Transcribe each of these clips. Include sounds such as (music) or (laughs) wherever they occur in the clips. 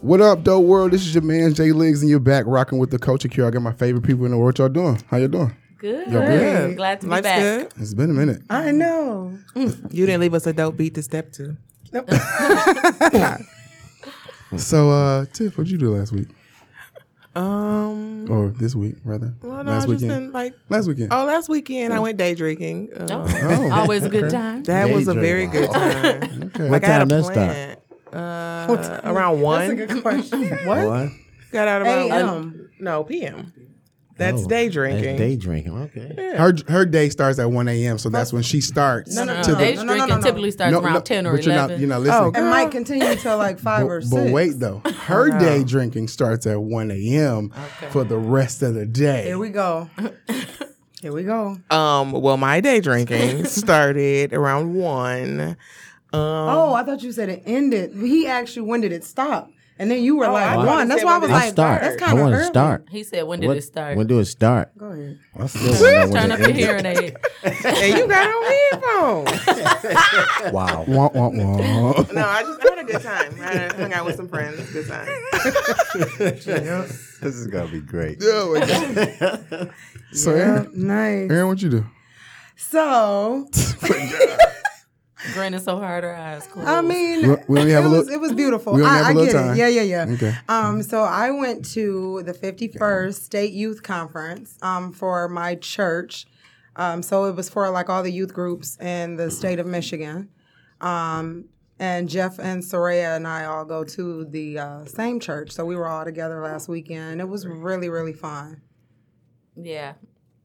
What up, dope world? This is your man Jay Liggs, and you're back rocking with the culture cure. I got my favorite people in the world. Y'all doing? How y'all doing? Good. Y'all good? Glad to be Life's back. good. It's been a minute. I know. You didn't leave us a dope beat to step to. So, uh, Tiff, what'd you do last week (laughs) Um. or this week rather? Well, no, last I just weekend. been like. last weekend. Oh, last weekend I went day drinking. Uh, Oh, (laughs) Always a good okay. time. That was a very good time. Okay. Like, I had a time that start? plan. Uh, around one. That's a good question. what? What? (laughs) Got out um, around AM. No PM. That's Oh, day That's drinking. day drinking. Okay. Her her day starts at 1 a.m., so that's when she starts. No, no, to no, the- Age no, no, drinking no. typically starts No, around no, 10 or but you're 11. not, you're not Oh, listening. Oh, It might continue until like five or But, six. but wait though, her Oh, day drinking starts at 1 a.m. for the rest of the day. Here we go. Here we go. Um. Well, my day (laughs) drinking started around one. oh, I thought you said it ended. He asked you when did it stop, and then Oh, you were like I one. thought he That's said why I when was did it like, start. that's I kind of want to early. start. he said, when did What, it start? When do it start? Go ahead. I still wanna know when Turn it up your ended. hearing aid. and you got on headphones. Wow. Wah, wah, (laughs) wah. No, I just I had a good time. I hung out with some friends. Good time. (laughs) this is gonna be great. Oh, my God. so Aaron, Nice. Aaron, what you do? So Grinning so hard, her eyes closed. I mean, We- we only have it, a was, little- it was beautiful. we only I, have a I little get time. it. Yeah, yeah, yeah. Okay. Um, so I went to the 51st State Youth Conference um, for my church. Um, so it was for like all the youth groups in the state of Michigan. Um, and Jeff and Soraya and I all go to the uh, same church. So we were all together last weekend. It was really, really fun. yeah,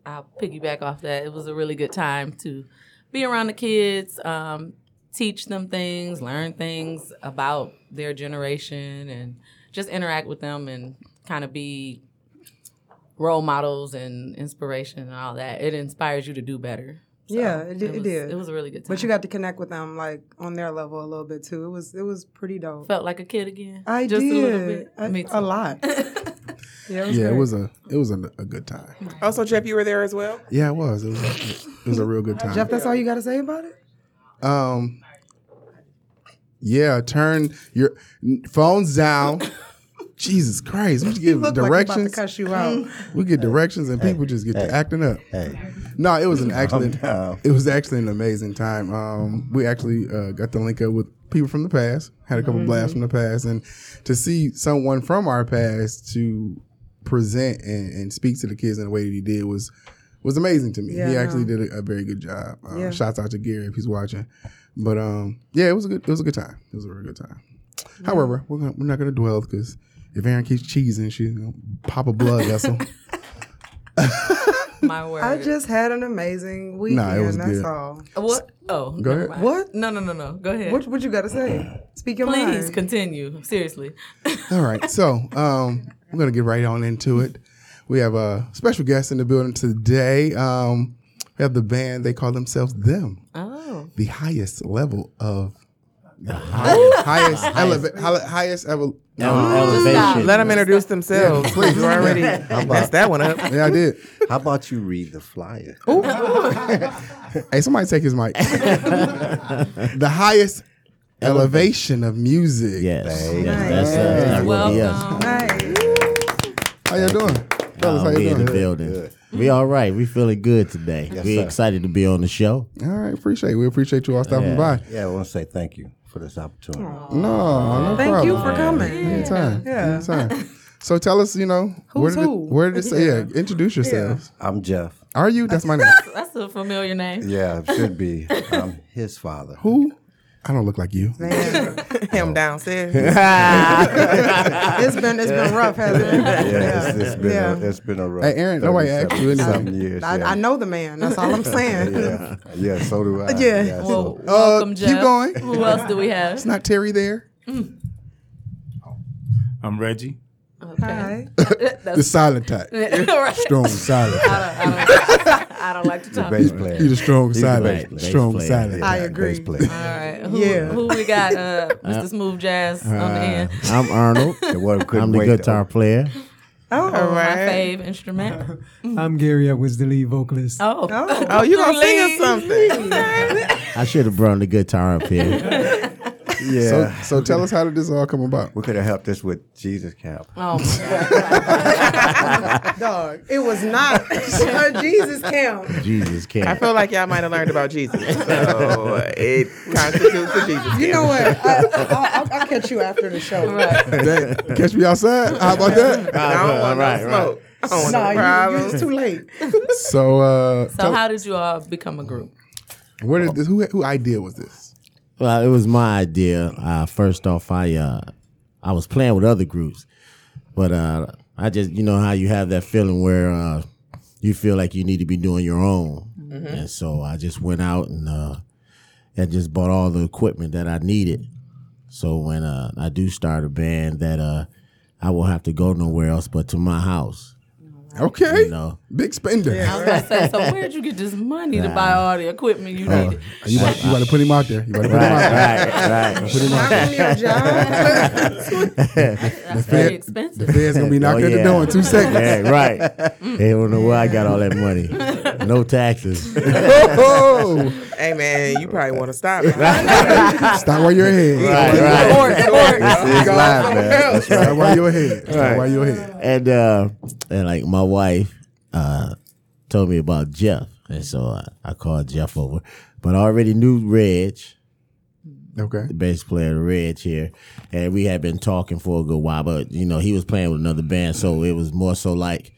I'll piggyback off that. It was a really good time to be around the kids, um, teach them things, learn things about their generation, and just interact with them and kind of be role models and inspiration and all that. It inspires you to do better. Yeah, it, did- it was, did. It was a really good time. but you got to connect with them like on their level a little bit too. It was it was pretty dope. felt like a kid again. I just did a little bit. I- Me too. a lot. yeah, it was Yeah, it great. was a it was a, a good time. (laughs) Also, Jeff, you were there as well. Yeah, it was. It was, it was a real good time. Jeff, that's all you got to say about it? Um, yeah, turn your n- phones down. Jesus Christ, we You get look like I'm about directions. to cuss you (laughs) out. we get directions, and people just get to acting up. Hey. No, it was an actually (laughs) down. it was actually an amazing time. Um, we actually uh, got to link up with people from the past, had a couple blasts Mm-hmm. from the past, and to see someone from our past to present and, and speak to the kids in the way that he did was was amazing to me. Yeah, he I actually did a, a very good job. Um, Yeah. Shouts out to Gary if he's watching. But um, yeah, it was a good it was a good time. It was a really good time. However, we're gonna, we're not gonna dwell because if Aaron keeps cheesing, she's gonna pop a blood vessel. (laughs) (laughs) My word. I just had an amazing weekend. Nah, it was that's good. all. What? Oh, go ahead. What? No, no, no, no. Go ahead. What, what you got to say? Speak your Please mind. continue. Seriously. (laughs) All right, so um, I'm gonna get right on into it. We have a special guest in the building today. Um, we have the band; they call themselves them, Oh, the highest level of highest, highest, (laughs) eleva- high- highest ever. elevation. Let them introduce themselves. Please, you already messed that one up. Yeah, I did. How about you read the flyer? (laughs) Hey, somebody take his mic. the highest elevation of music. (laughs) Yes. yes, Nice. That's, uh, that's what welcome. it is. Nice. How y'all doing? Fellas, how Oh, you we in doing? the building. We all right. We feeling good today. we sir. excited to be on the show. All right, appreciate. It. We appreciate you all stopping by. Yeah, I want to say thank you for this opportunity. No, no Thank problem. you for coming. Anytime. Yeah. (laughs) Anytime. So tell us, you know, where Who's did it, who? where did it say? Yeah, introduce yourselves. I'm Jeff. Are you? That's my name. that's a familiar name. Yeah, it should be. (laughs) I'm his father. who? I don't look like you. Man, Him (laughs) downstairs. it's been it's been rough, hasn't it? Yeah, it's, it's been Yeah. a, it's been a rough. Hey, Aaron, nobody asked you 37 anything. something years. I, yeah. I know the man. That's all I'm saying. Yeah, yeah, so do I. Yeah. Well, so- welcome, Jeff. Uh, keep going. Who else do we have? It's not Terry there. I'm Reggie. Hi. The silent type. (laughs) Right. Strong silent. type. (laughs) I don't like to the talk. bass player. You the strong silent. bass player. Strong Bass player. silent. I type. agree. Bass player. All right. Who, Yeah. who we got? Uh, Mr. Smooth Jazz on the end. (laughs) I'm (laughs) Arnold. The one who couldn't I'm the wait, guitar player. Oh, All My right. fave instrument. I'm Gary Edwards, the lead vocalist. Oh. Oh, you gonna sing us something? (laughs) I should have brought the guitar up here. So, Yeah. Uh, so tell us how did this all come about? we could have helped this with Jesus Cap. Oh my God. Dog, it was not Jesus camp. Jesus I can't. feel like y'all might have learned about Jesus. So it constitutes a Jesus. camp. You know what? I, I'll, I'll, I'll catch you after the show. That- catch me outside. How about that? (laughs) I don't want no Right, right. smoke. I don't want No, no you, problems. you, it's too late. So, uh, So how did you all become a group? where did this? Who, who idea was this? Well, it was my idea. Uh, first off, I uh, I was playing with other groups, but uh, I just you know how you have that feeling where uh, you feel like you need to be doing your own, and so I just went out and uh, and just bought all the equipment that I needed. So when uh, I do start a band, that uh, I will have to go nowhere else but to my house. Okay, You know, big spender. I was gonna say, so where'd you get this money to buy all the equipment you needed? Oh, You, about, you about to put him out there. You about to put him out there. right, right. Not your job. That's very expensive. Fed's gonna be knocking (laughs) Oh, at the yeah. door in two seconds. (laughs) Yeah, right. they don't know where I got all that money. (laughs) No taxes. Oh, Hey man, you probably want to stop. (laughs) Right, stop while you're ahead. Right, right. Or, or This is live, man. That's right. Stop while you're ahead. Stop while you're ahead. and uh and like my wife uh told me about Jeff, and so I, I called Jeff over, but I already knew Reg, Okay. the bass player of Reg here, and we had been talking for a good while, but you know he was playing with another band, so it was more so like.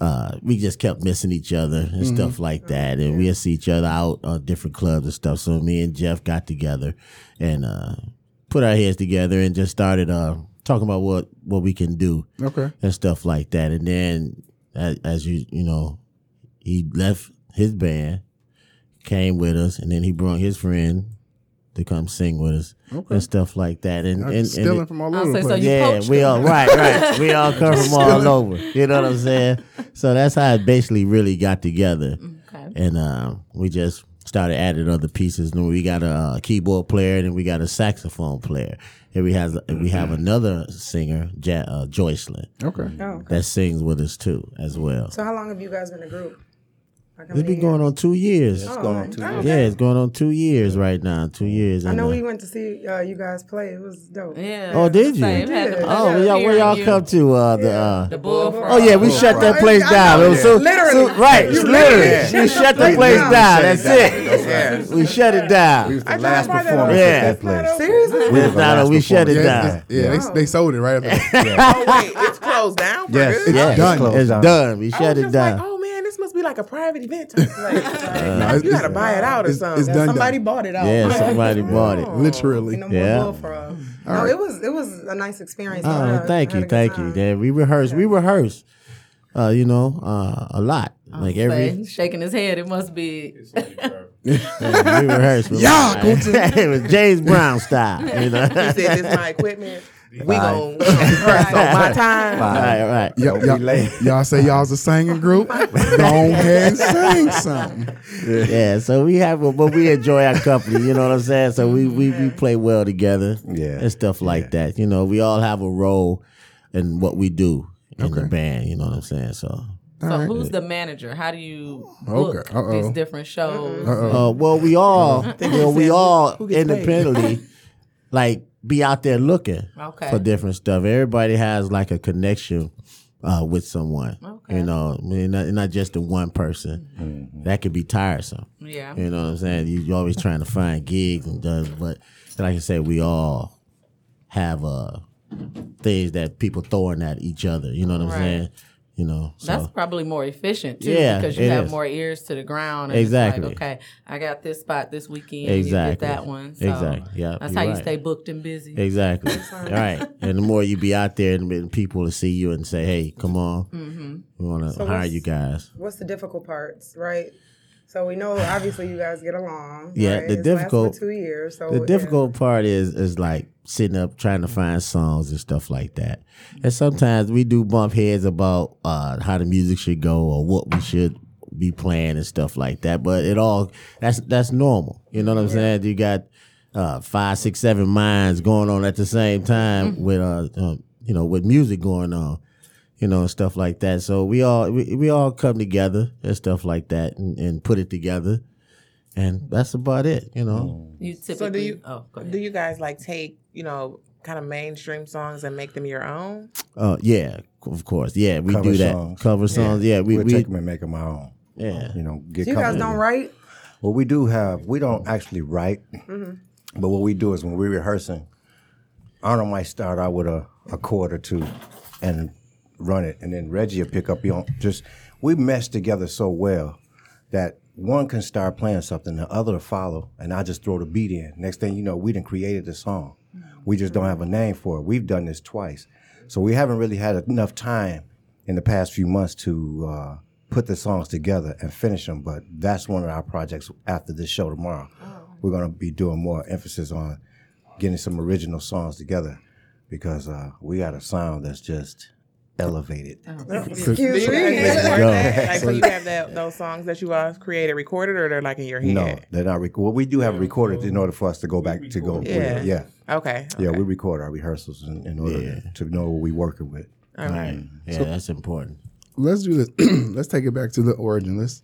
Uh, we just kept missing each other and stuff like that, and we'd see each other out on different clubs and stuff. So me and Jeff got together and uh, put our heads together and just started uh, talking about what what we can do Okay. and stuff like that. And then as, as you you know, he left his band, came with us, and then he brought his friend to come sing with us and stuff like that. And and, and Stealing it- from all I'll over the say, so place. you yeah, poached we him. all right, right. (laughs) We all come from all over. You know what I'm saying? So that's how it basically really got together. Okay. And uh, we just started adding other pieces. And we got a uh, keyboard player, and then we got a saxophone player, and we has we have another singer, ja- uh, Joycelyn okay. that sings with us too as well. Oh, So how long have you guys been a group? Like, how It's many been going years? on two years. Oh, It's going on too long. Yeah, it's going on two years right now. Two years. I and, know uh, we went to see uh, you guys play. It was dope. Yeah. Oh, did you? Same. Had the pleasure oh, of where y'all, where hearing y'all you. come to? Uh, the uh, The bullfrog. oh yeah, we shut that Right. place I down. know. It was so- Literally. so- right, You literally, literally we shut shut the the place place down. down. Shut it That's down. it. yeah. We shut it We down. was the last tried that performance on- at Yeah. that place. Seriously? We was the Nah, last we shut it performance. down. Yeah, yeah, they, they sold it right after that. Oh wait, it's closed down. For Yes, good? it's Yeah, done. It's done. We I was shut it just like, down. oh man, this must be like a private event. Like, it's- you gotta it's- buy it out or it's- something. it's done. Somebody bought oh, it out. yeah, somebody (laughs) bought Oh, it. (laughs) Literally. No more Yeah. bullfrog. No, it was it was a nice experience. I Oh, had- thank I had you, a good thank you. time. Yeah, we rehearsed. We rehearsed. Uh, you know, uh, a lot. Like Say, every shaking his head. It must be. Yeah, we rehearsed. Y'all go (laughs) it was James Brown style. You You know? (laughs) right, said this is my equipment. We gon' we gon' rehearse on my time. right. Y'all, Don't be late. y'all, y'all say y'all's a singing (laughs) group. Go on ahead and sing something. Yeah, so we have, but we enjoy our company. You know what I'm saying? So we we, we play well together. Yeah. and stuff like that. You know, we all have a role in what we do in the band. You know what I'm saying? So. So who's the manager? How do you Okay, book uh-oh. these different shows? Uh, well, we all, well, we all independently, (laughs) like be out there looking Okay. for different stuff. Everybody has like a connection uh, with someone, Okay. Mm-hmm. you know, I mean, not, not just the one person. That could be tiresome. Yeah. You know what I'm saying? You- You're always trying to find gigs and does, but like I said, we all have uh, things that people throwing at each other. You know what I'm Right. saying? You know, so That's probably more efficient too, Yeah, because you it have is. more ears to the ground. And Exactly. It's like, okay, I got this spot this weekend. You get Exactly. that one. So Exactly. Yeah, That's you're how you right. stay booked and busy. Exactly. All right. And the more you be out there and and people will see you and say, hey, come on. We want to hire what's- you guys. What's the difficult parts, right? So we know obviously you guys get along. Yeah, right? the It's lasted difficult- two years. So The yeah. difficult part is is like sitting up trying to find songs and stuff like that. And sometimes we do bump heads about uh, how the music should go or what we should be playing and stuff like that. But it all that's that's normal. You know what I'm saying? You got uh, five, six, seven minds going on at the same time with uh, uh, you know with music going on. You know, and stuff like that. So we all we, we all come together and stuff like that and, and put it together and that's about it. You know, You typically. So do you oh, go ahead. do you guys like take you know kind of mainstream songs and make them your own? uh, yeah, of course, yeah, we Cover do that songs. cover songs. Yeah, we we we take them and make them our own. yeah. You know, get So you guys comfortable. don't (laughs) write? Well, we do have. We don't actually write, but what we do is when we're rehearsing, Arnold might start out with a, a chord or two, and run it, and then Reggie will pick up. You know, just we mesh together so well that one can start playing something, the other will follow, and I just throw the beat in. Next thing you know, we done created the song. We just don't have a name for it. We've done this twice, so we haven't really had enough time in the past few months to uh, put the songs together and finish them. But that's one of our projects after this show tomorrow. We're going to be doing more emphasis on getting some original songs together because uh, we got a sound that's just elevated. Do you guys Excuse me. record Yo. that? Like, so you have that, those songs that you all created recorded, or they're like in your head? No, they're not recorded. Well, we do have recorded in order for us to go back to go. Yeah. yeah. Okay. Yeah, okay. we record our rehearsals in, in order Yeah. to know what we're working with. All right. Yeah, that's important. let's do this. (clears throat) let's take it back to the origin. Let's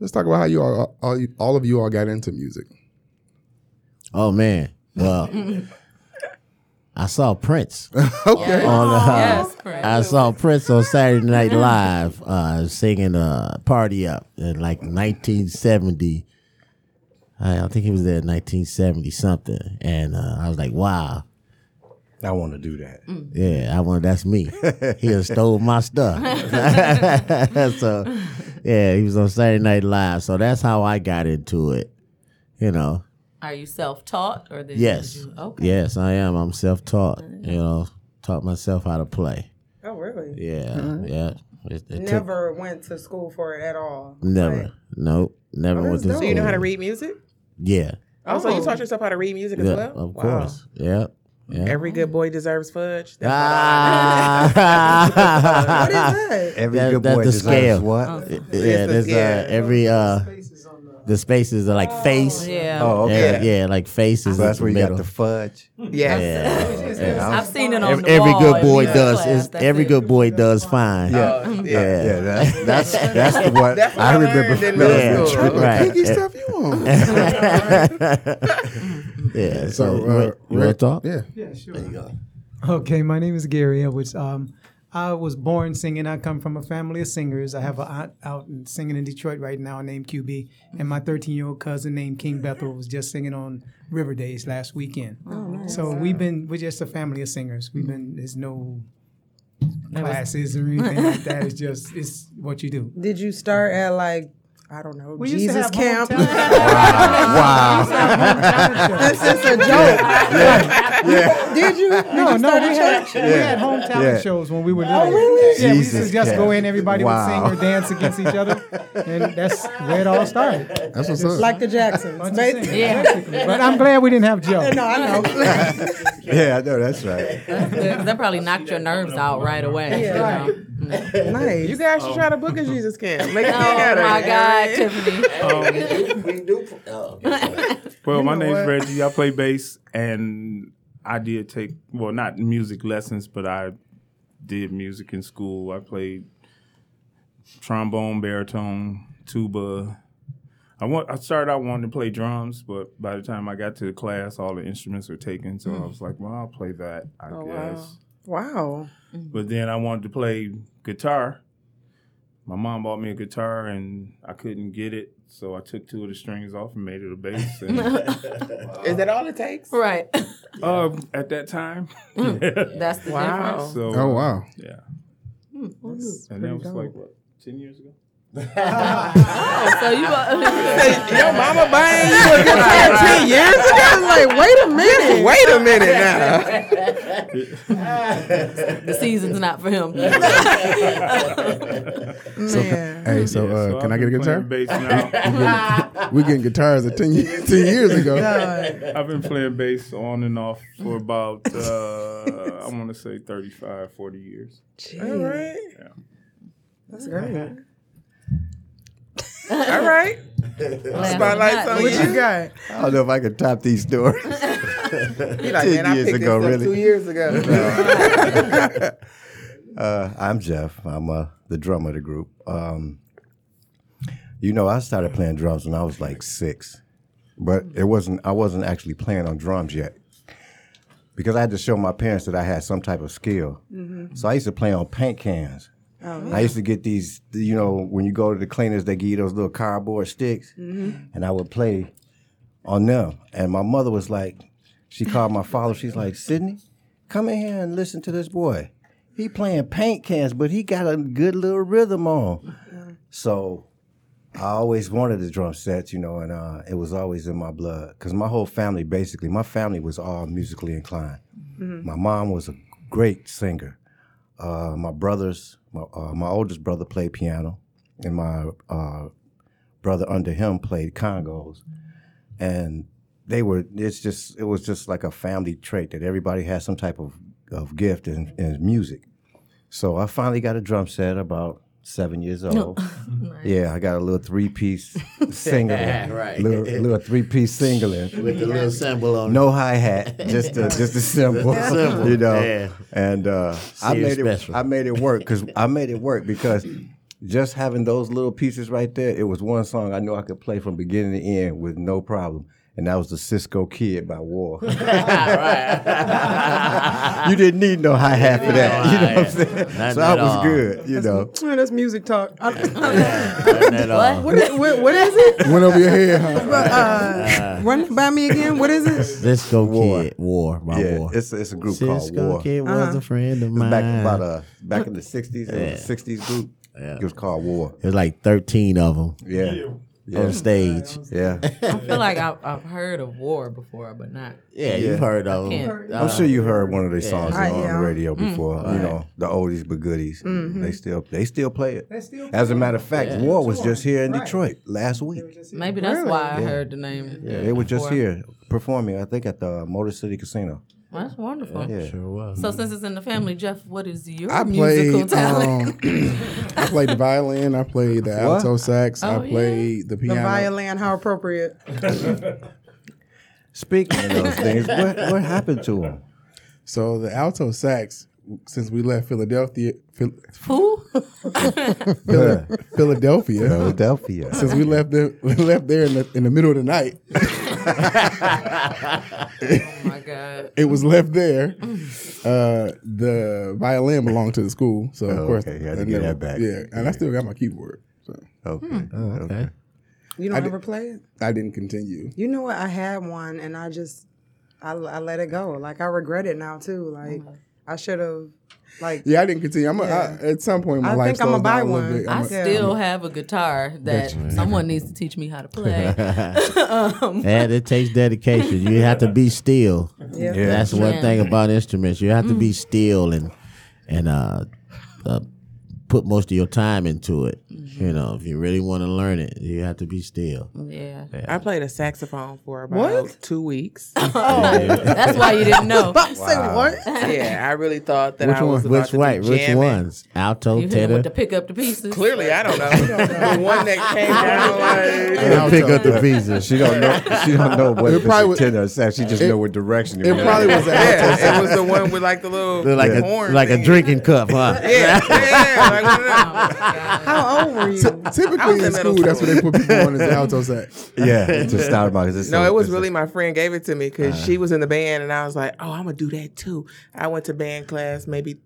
let's talk about how you all, all you- all of you all got into music. Oh man. Well, I saw Prince. okay. on uh, Yes, Prince. I saw Prince on Saturday Night Live uh, singing uh, "Party Up" in like 1970. I I think he was there in 1970 something, and uh, I was like, "Wow, I want to do that. Mm. yeah, I want that's me." he done stole my stuff. (laughs) so, yeah, he was on Saturday Night Live, so that's how I got into it. You know, Are you self-taught or did yes, You, okay. yes, I am. I'm self-taught. You know, taught myself how to play. Oh, really? Yeah, Mm-hmm. yeah. It, it took- Never went to school for it at (laughs) all. Never. Like, Nope. Never Oh, went that's to dope. school. So you know how to read music? Yeah. Oh, so you taught yourself how to read music as yeah well? Of Wow. course. Yeah. Yeah. Every good boy deserves fudge. That's (laughs) (laughs) what is Ah. that? Every That- good that's boy the deserves scale. Oh, what? yeah. There's yeah. uh, every uh, the spaces are like face. Yeah. Oh, okay. Yeah, yeah, like faces. So that's in where you the got middle. the fudge. what I, yeah. (laughs) (laughs) yeah. I've seen it on Every, the every wall good in boy music does. class. Is, That's every it. good boy does fine. Yeah. Oh, Yeah. (laughs) Yeah, that's that's That's the one That's what I learned in middle Yeah. school. What Right. kinky (laughs) stuff you on? yeah. uh, so, you want- you Ray- want to talk? Yeah. Yeah, sure. There you go. Okay, my name is Gary Edwards. Um, I was born singing. I come from a family of singers. I have an aunt out and singing in Detroit right now named QB, and my 13 year old cousin named King Bethel was just singing on River Days last weekend. So we've been we're just a family of singers. We've been there's no classes or anything like that. It's just it's what you do. Did you start at like, I don't know, We used to Jesus have camp? hometown- (laughs) wow. (laughs) That's just a joke. (laughs) Did you? No, no, we a had, we had home talent Yeah. shows when we were little. Oh, really? Yeah, we used Jesus to just go Christ. in, everybody Wow. would sing or dance against each other, and that's where it all started. That's what's up. Like the Jacksons. Bunch of Ba- singers, basically. But I'm glad we didn't have Joe. No, I know. (laughs) Yeah, I know that's right. That that probably knocked your nerves out right away. you Yeah. know? (laughs) You nice. guys should try to book a Jesus (laughs) camp. Make a thing Oh out of my it. God, Tiffany. Well, my name's Reggie. I play bass, and I did take well, not music lessons, but I did music in school. I played trombone, baritone, tuba. I want. I started out wanting to play drums, but by the time I got to the class, all the instruments were taken. So I was like, "Well, I'll play that, I Mm. Oh, wow. guess." Wow. But then I wanted to play guitar. My mom bought me a guitar and I couldn't get it, so I took two of the strings off and made it a (laughs) bass. And, Is that all it takes? Right. (laughs) um, at that time, That's the Wow. difference. so oh wow. yeah, and that was like what ten years ago. Oh, so you (laughs) Your mama buying you a guitar (laughs) 10 years ago? I was like, wait a minute. (laughs) Wait a minute now. (laughs) (laughs) the season's not for him. Man. Hey, so Yeah, uh, so can I've I get a been guitar? (laughs) playing Bass now. We're getting guitars at (laughs) 10, years- 10 years ago. I've been playing bass on and off for about uh, I want to say 35, 40 years. All right. That's great. All right. Spotlight's on What you you. got? I don't know if I could top these stories. You like, 10 man, I picked years this ago, up really. two years ago. Uh, I'm Jeff. I'm uh, the drummer of the group. Um, You know, I started playing drums when I was like six, but it wasn't. I wasn't actually playing on drums yet because I had to show my parents that I had some type of skill. So I used to play on paint cans. I used to get these, you know, when you go to the cleaners, they give you those little cardboard sticks, and I would play on them. And my mother was like, she called my father. She's like, Sydney, come in here and listen to this boy. He playing paint cans, but he got a good little rhythm on. So I always wanted the drum sets, you know, and uh, it was always in my blood because my whole family, basically, my family was all musically inclined. My mom was a great singer. Uh, my brothers, my, uh, my oldest brother played piano, and my uh, brother under him played congos and they were it's just it was just like a family trait that everybody has some type of, of gift in, in music so i finally got a drum set about seven years old yeah i got a little three-piece singlet Right. little, little three-piece singlet With the little symbol on (laughs) no hi hat, just a, just a symbol, Symbol, you know. yeah. And uh, I Serious made it. special. I made it work because I made it work because just having those little pieces right there, it was one song I knew I could play from beginning to end with no problem, and that was the Cisco Kid (laughs) by War. Ah, you didn't need no hi hat for that, you know. What I'm saying? Not so I at was all. good, you know. Man, that's music talk. I- Nothing at all. (laughs) what, is, what- what is it? Went over your head, huh? Uh, run it by me again. What is it? Let's go, War. kid. War by Yeah, war. it's it's a group called Cisco War. kid was Uh-huh. a friend of It was mine. back about uh back in the '60s. It was a '60s group. It was called War. There's like 13 of them Yeah, on stage. yeah. I feel like I've, I've heard of war before, but not. Yeah, you've heard of them. Uh, can't. I'm sure you heard one of their songs I- on yeah. Mm-hmm. the radio before. You know, the oldies but goodies. They still they still play it. They still As a matter of fact, War was Sure. just here in Right. Detroit last week. Maybe that's why I heard the name. Yeah, they were just Before. here performing. I think at the Motor City Casino. Well, that's wonderful. Yeah. Sure was. (laughs) So since it's in the family, Jeff, what is your I musical played. talent? Um, I played the violin. I played the What? alto sax. Oh, I yeah. played the The piano. violin, how appropriate. Speaking of those things, what what happened to (laughs) them? So the alto sax, since we left Philadelphia, Phil- (laughs) Who? Oh (laughs) Philadelphia, Philadelphia. (laughs) since we left the, we left there (laughs) in the, in the middle of the night, Oh my God. it was left there. Uh, the violin belonged to the school, so of Oh, course, okay. You had to I get that back. Yeah, and I still got my keyboard. So Oh, Okay. Okay. You don't ever play it? I didn't continue. You know what? I had one and I just, I, I let it go. Like, I regret it now, too. Like, Mm-hmm. I should have, like, Yeah, I didn't continue. I'm a, I, at some point in my I life. think I'ma slows down buy a little one. bit. I I'm a- still have a guitar that someone needs to teach me how to play. And it takes dedication. You have to be still. Yeah. That's one Yeah. thing about instruments. You have to Mm. be still and and uh, uh, put most of your time into it. Mm-hmm. You know, if you really want to learn it, you have to (laughs) be still. Yeah. I played a saxophone for about two (laughs) weeks. That's why you didn't know. yeah, I really thought that Which I was one? about Which to white? be Which jamming. ones? Alto, You hit him tenor. with the pick up the pieces. Clearly, I (laughs) don't know. the one that came down like They pick up the pieces. She don't know. She don't know what it probably probably was- tenor or sax. She just know what direction it, It was. probably was an alto yeah, it was the one with like the little They're like a horn like a thing. drinking cup, huh? Yeah, yeah, like one of them. how old were you? I was Typically in in middle school, that's school. what they put people on is the alto sax. Yeah, it just started my. No, it was really my friend gave it to me because she was in the band and I was like, oh, I'm gonna do that too. I went to band class maybe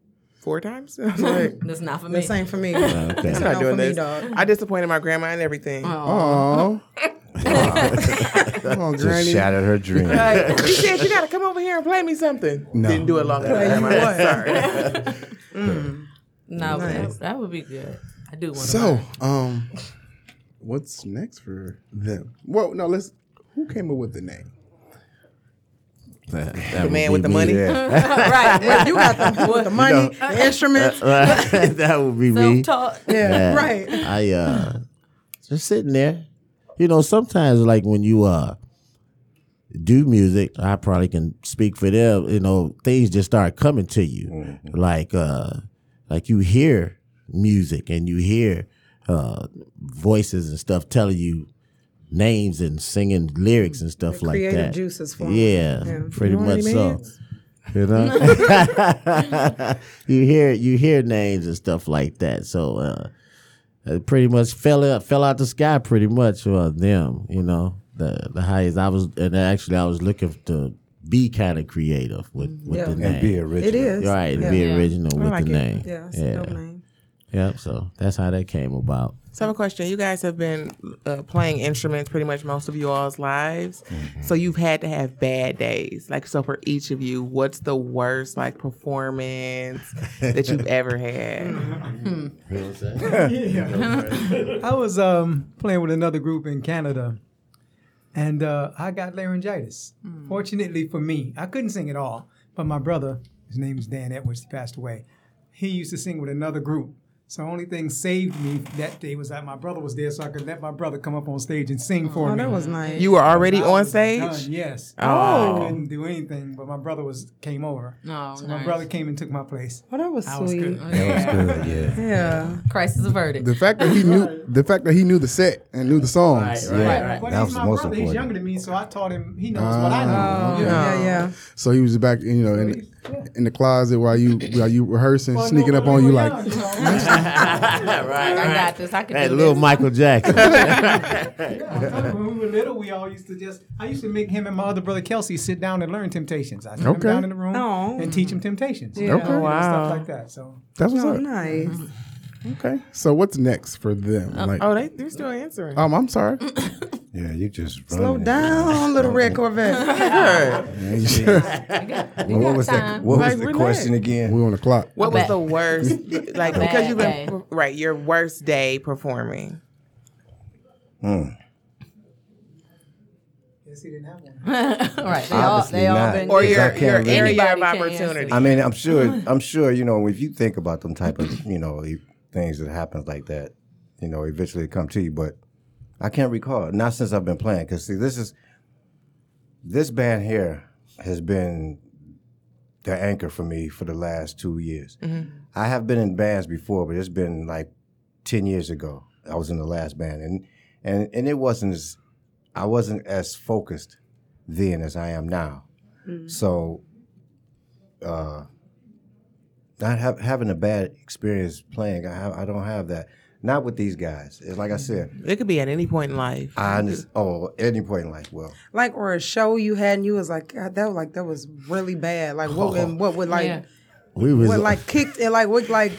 four times. I was like, That's not for me. This ain't for (laughs) me. Okay. I'm not No, doing for me, this. dog. I disappointed my grandma and everything. Oh, oh, just granny. shattered her dream. Like, she said, you gotta come over here and play me something. Didn't do it long enough. Grandma, Sorry. No, that, that would be good. I do want to. So, um, what's next for them? Well, no, let's. Who came up with the name? The The man with the money. Yeah, right. Well, you got the, The money, (laughs) the (laughs) instruments. that would be me. talk. yeah, right. I uh just sitting there. You know, sometimes like when you uh do music, I probably can speak for them, you know, things just start coming to you. Mm-hmm. Like uh like you hear music and you hear uh voices and stuff telling you names and singing lyrics and stuff like creative that. juices flowing. yeah, Yeah. pretty You know what I much so. mean? You (laughs) know, you hear you hear names and stuff like that. So uh, uh, pretty much fell out, fell out the sky pretty much for them. You know, the the highest I was, and actually I was looking to be kind of creative with with the name. and be original. It is. Right, Yeah. be Yeah. original with Mm-hmm. like the it. name. Yeah, it's a yeah. dope name. Yep. So that's how that came about. So I have a question. You guys have been uh, playing instruments pretty much most of you all's lives, Mm-hmm. so you've had to have bad days. Like so, for each of you, what's the worst like performance that you've (laughs) ever Mm-hmm. had? I was um, playing with another group in Canada, and uh, I got laryngitis. Fortunately for me, I couldn't sing at all. But my brother, his name is Dan Edwards, he passed away. He used to sing with another group. So only thing saved me that day was that my brother was there, so I could let my brother come up on stage and sing for Oh, me. that was nice. You were already I on was done, stage. yes. Oh. I couldn't do anything, but my brother was came over. Oh, so my nice. brother came and took my place. oh, that was I was sweet. good. Good, yeah. Yeah. Crisis averted. The fact that he knew the fact that he knew the set and knew the songs. Right, But That he's was my the most brother. He's important. younger than me, so I taught him. He knows what I Oh. know. Yeah. Yeah, yeah. So he was back, you know, in in the closet while you while you rehearsing, sneaking up on you like I got this. I can Hey, do little this. Michael Jackson. (laughs) when we were little, we all used to just. I used to make him and my other brother Kelsey sit down and learn Temptations. I sit him Okay. down in the room Oh. and teach him Temptations. Yeah. Okay. You know, Wow. Stuff like that. So that's what's Oh, up. nice. Okay. So what's next for them? Like Oh, they they're still answering. um, I'm sorry. Yeah, you just Slow running. down, little red (laughs) Corvette. Well, what was that? What was Like, the relax. question again? we on the clock. What was bad- (laughs) the worst? Like bad because you've day. been right, your worst day performing. yes, he didn't have one. All right. They all, they all not. been Or Yes, your I can't your really- area of Anybody can answer. opportunity. I mean, I'm sure. I'm sure. You know, if you think about them type of you know e- things that happens like that, you know, eventually it come to you. But I can't recall. Not since I've been playing. Because see, this is this band here has been the anchor for me for the last two years. I have been in bands before, but it's been like ten years ago. I was in the last band, and and and it wasn't as I wasn't as focused then as I am now. So not have, having a bad experience playing. I, have, I don't have that. Not with these guys. It's like I said. It could be at any point in life. I understand. Oh, any point in life. Well, like or a show you had and you was like God, that was like that was really bad. Like Oh. what and what would like Yeah. we was what like kicked and like what like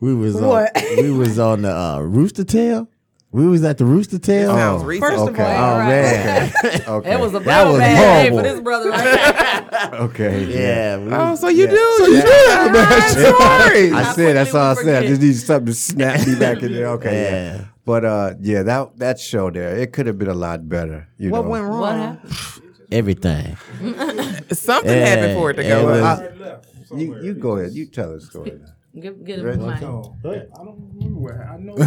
we was What? on we was on the uh, Rooster Tail. We was at the Rooster Tail. sounds recent. first okay. of all, Oh Right. man. okay. That was a That that was bad day for horrible. this brother (laughs) right there. okay. yeah. we oh, was- so you do. So you do have a bad story. I said that's all I said. I just need something to snap me back in there. Okay. Yeah. Yeah. But uh, yeah, that that show there, it could have been a lot better. You what Oh. know. went wrong? What happened? Everything. Something Yeah, happened for it to go. it was- up. I- you you go ahead. You tell the story. Get, get him a mic. I don't remember where. I know. You (laughs)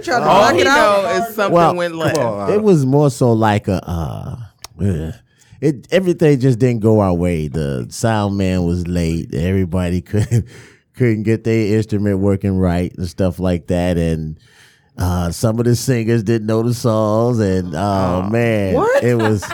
tried to All knock he it out. know is something Well, went left. Oh, uh, it was more so like a uh, ugh. it everything just didn't go our way. The sound man was late. Everybody (laughs) couldn't couldn't get their instrument working right and stuff like that. And uh, some of the singers didn't know the songs. And oh man, it was.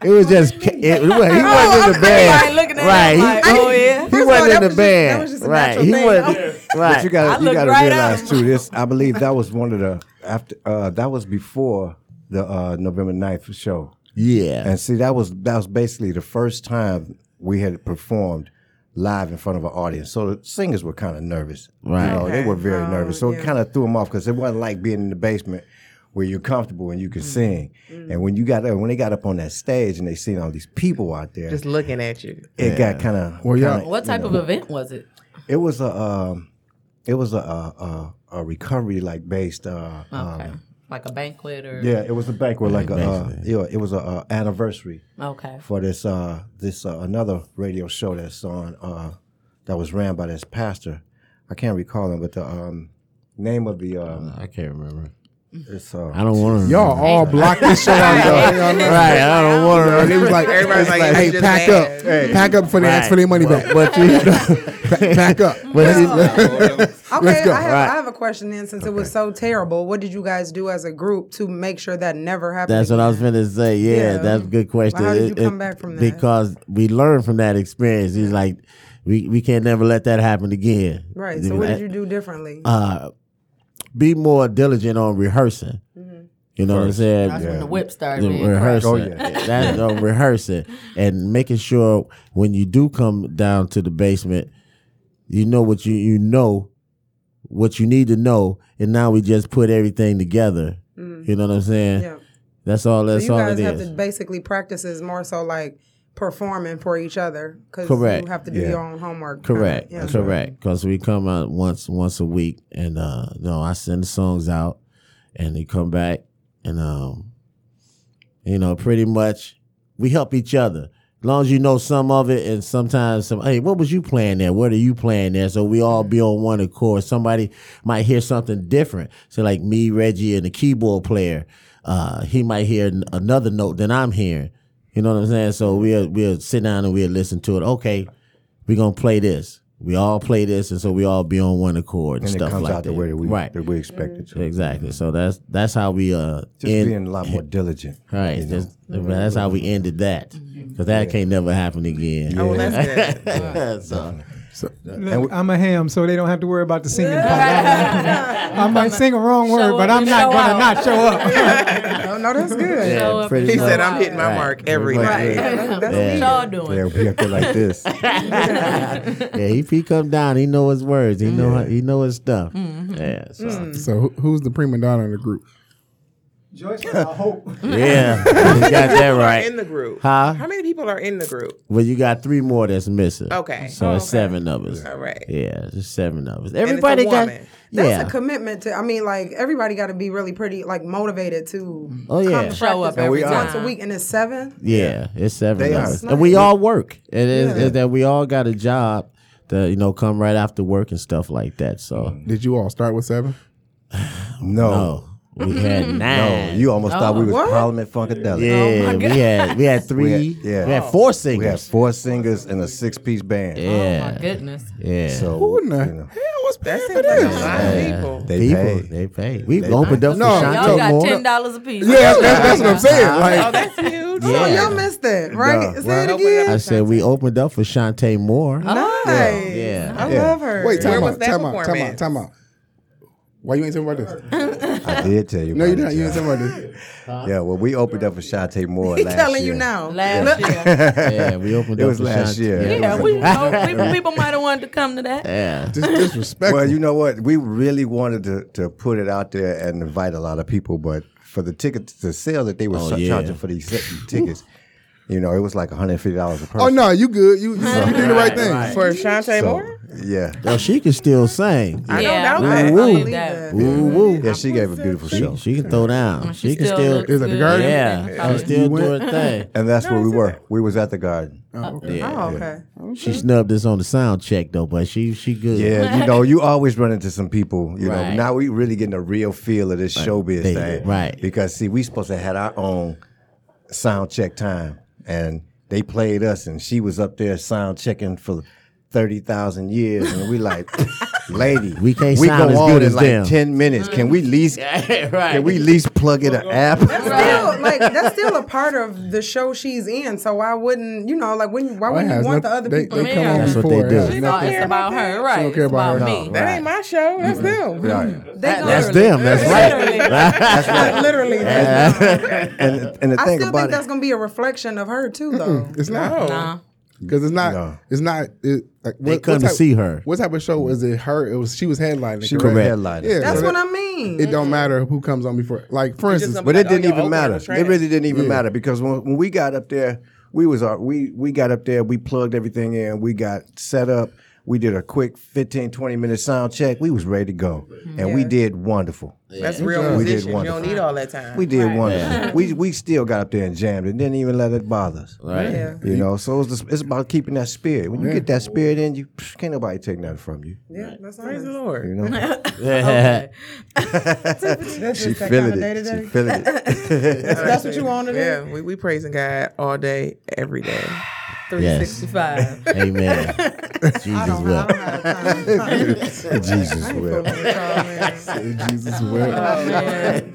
It (laughs) was just it, it, well, he wasn't in Everybody the band, Oh, looking at right? him he- like, oh, yeah. he First of all, wasn't that in the was just- that band, was just a right? natural He thing. wasn't, But you right? gotta you looked gotta right realize at too this I believe that was one of the after uh, that was before the uh, November 9th show. Yeah, And see that was that was basically the first time we had performed live in front of an audience. So the singers were kind of nervous. Right. You know, they Okay. were very Oh, nervous. So it kind of threw them off because it wasn't like being in the basement where you're comfortable and you Mm. can sing. And when you got up, when they got up on that stage and they seen all these people out there, Just looking at you. it got kind of Well, y'all- What type of event was it? it was a um, it was a a, a, a recovery like based uh, Okay. um, like a banquet or yeah it was a banquet like a uh, basically. yeah it was a uh, anniversary okay. for this uh this uh, another radio show that's on uh that was ran by this pastor I can't recall him but the um name of the um I can't remember. it's uh I don't want to. Y'all all blocked this show (laughs) out. y'all. Y'all know. right? I don't want to. And it was like, Everybody's it's like, like, "It's hey, just pack bad." up, pack up for they ask for their money back. But you, Pa- pack up. Okay, Let's go. I, have, Right. I have a question then since it was so terrible. What did you guys do as a group to make sure that never happened? that's what I was finna say. Yeah, that's a good question. Well, how did you come back from that? Because we learned from that experience. It's like we, we can't never let that happen again. Right. So what did you do differently? Uh, be more diligent on rehearsing. Mm-hmm. You know what I'm saying? That's when the whip started. the being cracked. rehearsing. Oh, yeah. That's (laughs) uh, rehearsing and making sure when you do come down to the basement, you know what you you know what you need to know, and now we just put everything together. You know what I'm saying? Mm. Yeah. That's all. That's you all guys it have is. to basically practice is more so like performing for each other because Correct. you have to do Yeah. your own homework. kinda. Correct. Yeah. Correct. Because we come out once once a week, and uh, no, I send the songs out, and they come back, and um, you know, pretty much we help each other. As long as you know some of it, and sometimes some, hey, what was you playing there? What are you playing there? So we all be on one accord. Somebody might hear something different. So like me, Reggie, and the keyboard player, uh, he might hear n- another note than I'm hearing. You know what I'm saying? So we'll we'll sit down and we'll listen to it. Okay, we're gonna play this. We all play this, and so we all be on one accord and, and it stuff comes like out that. the way that we right, Mm-hmm. that we expected to. exactly. So that's that's how we uh Just end- being a lot more diligent. (laughs) right. That's, that's how we ended that because that can't never happen again. Oh, well, that's (laughs) good. so, Look, I'm a ham, so they don't have to worry about the singing part. (laughs) (laughs) (laughs) I might sing a wrong word, Show but up I'm and not show gonna out. not show up. (laughs) (laughs) Oh, no, that's good. yeah, Show up pretty and He show much. said, I'm hitting my Right. mark every Pretty night. much, yeah. That's, that's Yeah. needed. Y'all doing? Yeah, we up there (laughs) like this. yeah, if he come down, he know his words. He know he know his stuff. Yeah, so. So who, who's the prima donna in the group? Joyce, I hope. yeah, (laughs) you got (laughs) that Are right. in the group. Huh? How many people are in the (laughs) group? Well, you got three more that's missing. Okay. so Oh, it's okay. seven of us. All right. Yeah, just seven of us. a Everybody got. woman. That's Yeah. a commitment to. I mean, like everybody got to be really pretty, like motivated to Oh, yeah. come to Show up practice every we are. once time. a week, and it's seven. Yeah, it's seven They of are. us. And we all work. It is is that we all got a job to you know come right after work and stuff like that. So Did you all start with seven? No, oh, we had no, nine. you almost thought we was Parliament Funkadelic. yeah, we had we had three. yeah. we had four We had singers. four singers and a six-piece band. Oh my yeah, goodness. yeah. So Who in the you know, That seems like a lot of people. they people, paid. they paid. We opened up for No, Shantae Y'all got Moore. ten dollars a piece. Yeah, that's, that's, that's what I'm saying. Oh, Like, that's huge. Oh, Yeah. y'all missed it, right? Nah. Say Well, it Open it again. I said we opened up for Shantae Moore. Oh. Nice. Yeah. I Yeah. love her. wait, Where time was out, that time out, time out, performance? time out. Why you ain't talking (laughs) about this? I did tell you. No, about you it, didn't. You ain't John. talking about this. Yeah, well, we opened up for Shantae Moore He last telling year. you (laughs) now. (laughs) Last year. Yeah, we opened It up was for last Shantae. year. Yeah, Yeah, we know people, people might have wanted to come to that. yeah. Just disrespectful. Well, you know what? We really wanted to, to put it out there and invite a lot of people, but for the tickets to sell that they were Oh, sa- yeah. charging for these (laughs) si- tickets, you know, it was like $150 a person. oh no, you good. You you, you did the right thing. For Shantae So, Moore? Yeah. Oh, she can still sing. I Yeah. don't doubt Ooh, that. Ooh, believe woo. that. Ooh, woo. Yeah, she gave a beautiful show. She, she can throw down. She, can still, looks it the good. garden? yeah, she still do her (laughs) thing. And that's where we were. We was at the garden. Yeah. Oh, okay. She snubbed us on the sound check though, but she she good. (laughs) Yeah, you know, you always run into some people. You know, Right. now we really getting a real feel of this showbiz They- thing, right. Because see, we supposed to had our own sound check time, and they played us, and she was up there sound checking for thirty thousand years, and (laughs) we like, lady, We can't we sound go as on good in as like them." (laughs) ten minutes. Can we at least? right. Can we at least plug in an app? Still, like that's still a part of the show she's in. So why wouldn't you know? Like, wouldn't why It wouldn't you has want noth- the other they, people? They in? come on That's what before. they It do. has She thought nothing- it's about her, right? don't care it's about about, her. me. That ain't my show. That's Mm-hmm. them. (laughs) They Right. That's literally- them. That's right. Literally. Like, literally. (laughs) And and the I still thing think about that's it, gonna be a reflection of her too, though. It's not (laughs) Nah. because it's not. No. It's not. It, like, what, couldn't what type- see her. What type of show was it? Her. It was. She was headlining. she was correct? headlining. Yeah. That's so what that- I mean. It don't matter who comes on before. Like for It's just instance, a- But it Oh, didn't your even old matter. one was trash. It really didn't even matter because when, when we got up there, we was our, we we got up there, we plugged everything in, we got set up, we did a quick 15 20 minute sound check. We was ready to go. And we did wonderful. That's real We did musicians. You don't wonderful. need all that time. We did wonderful. We we still got up there and jammed and didn't even let it bother us. Right. Yeah. You know, so it's, just, it's about keeping that spirit. When you get that spirit in, you psh, can't nobody take nothing from you. Yeah, that's Praise the honest. Lord. You know, (laughs) (laughs) That's she just that feeling kinda it. day-to-day. She feeling (laughs) it. (laughs) That's what you want to do. Yeah, we, we praising God all day, every (sighs) day. (laughs) Yes. 365. Amen. Jesus I will. don't have time. Jesus will. Jesus well.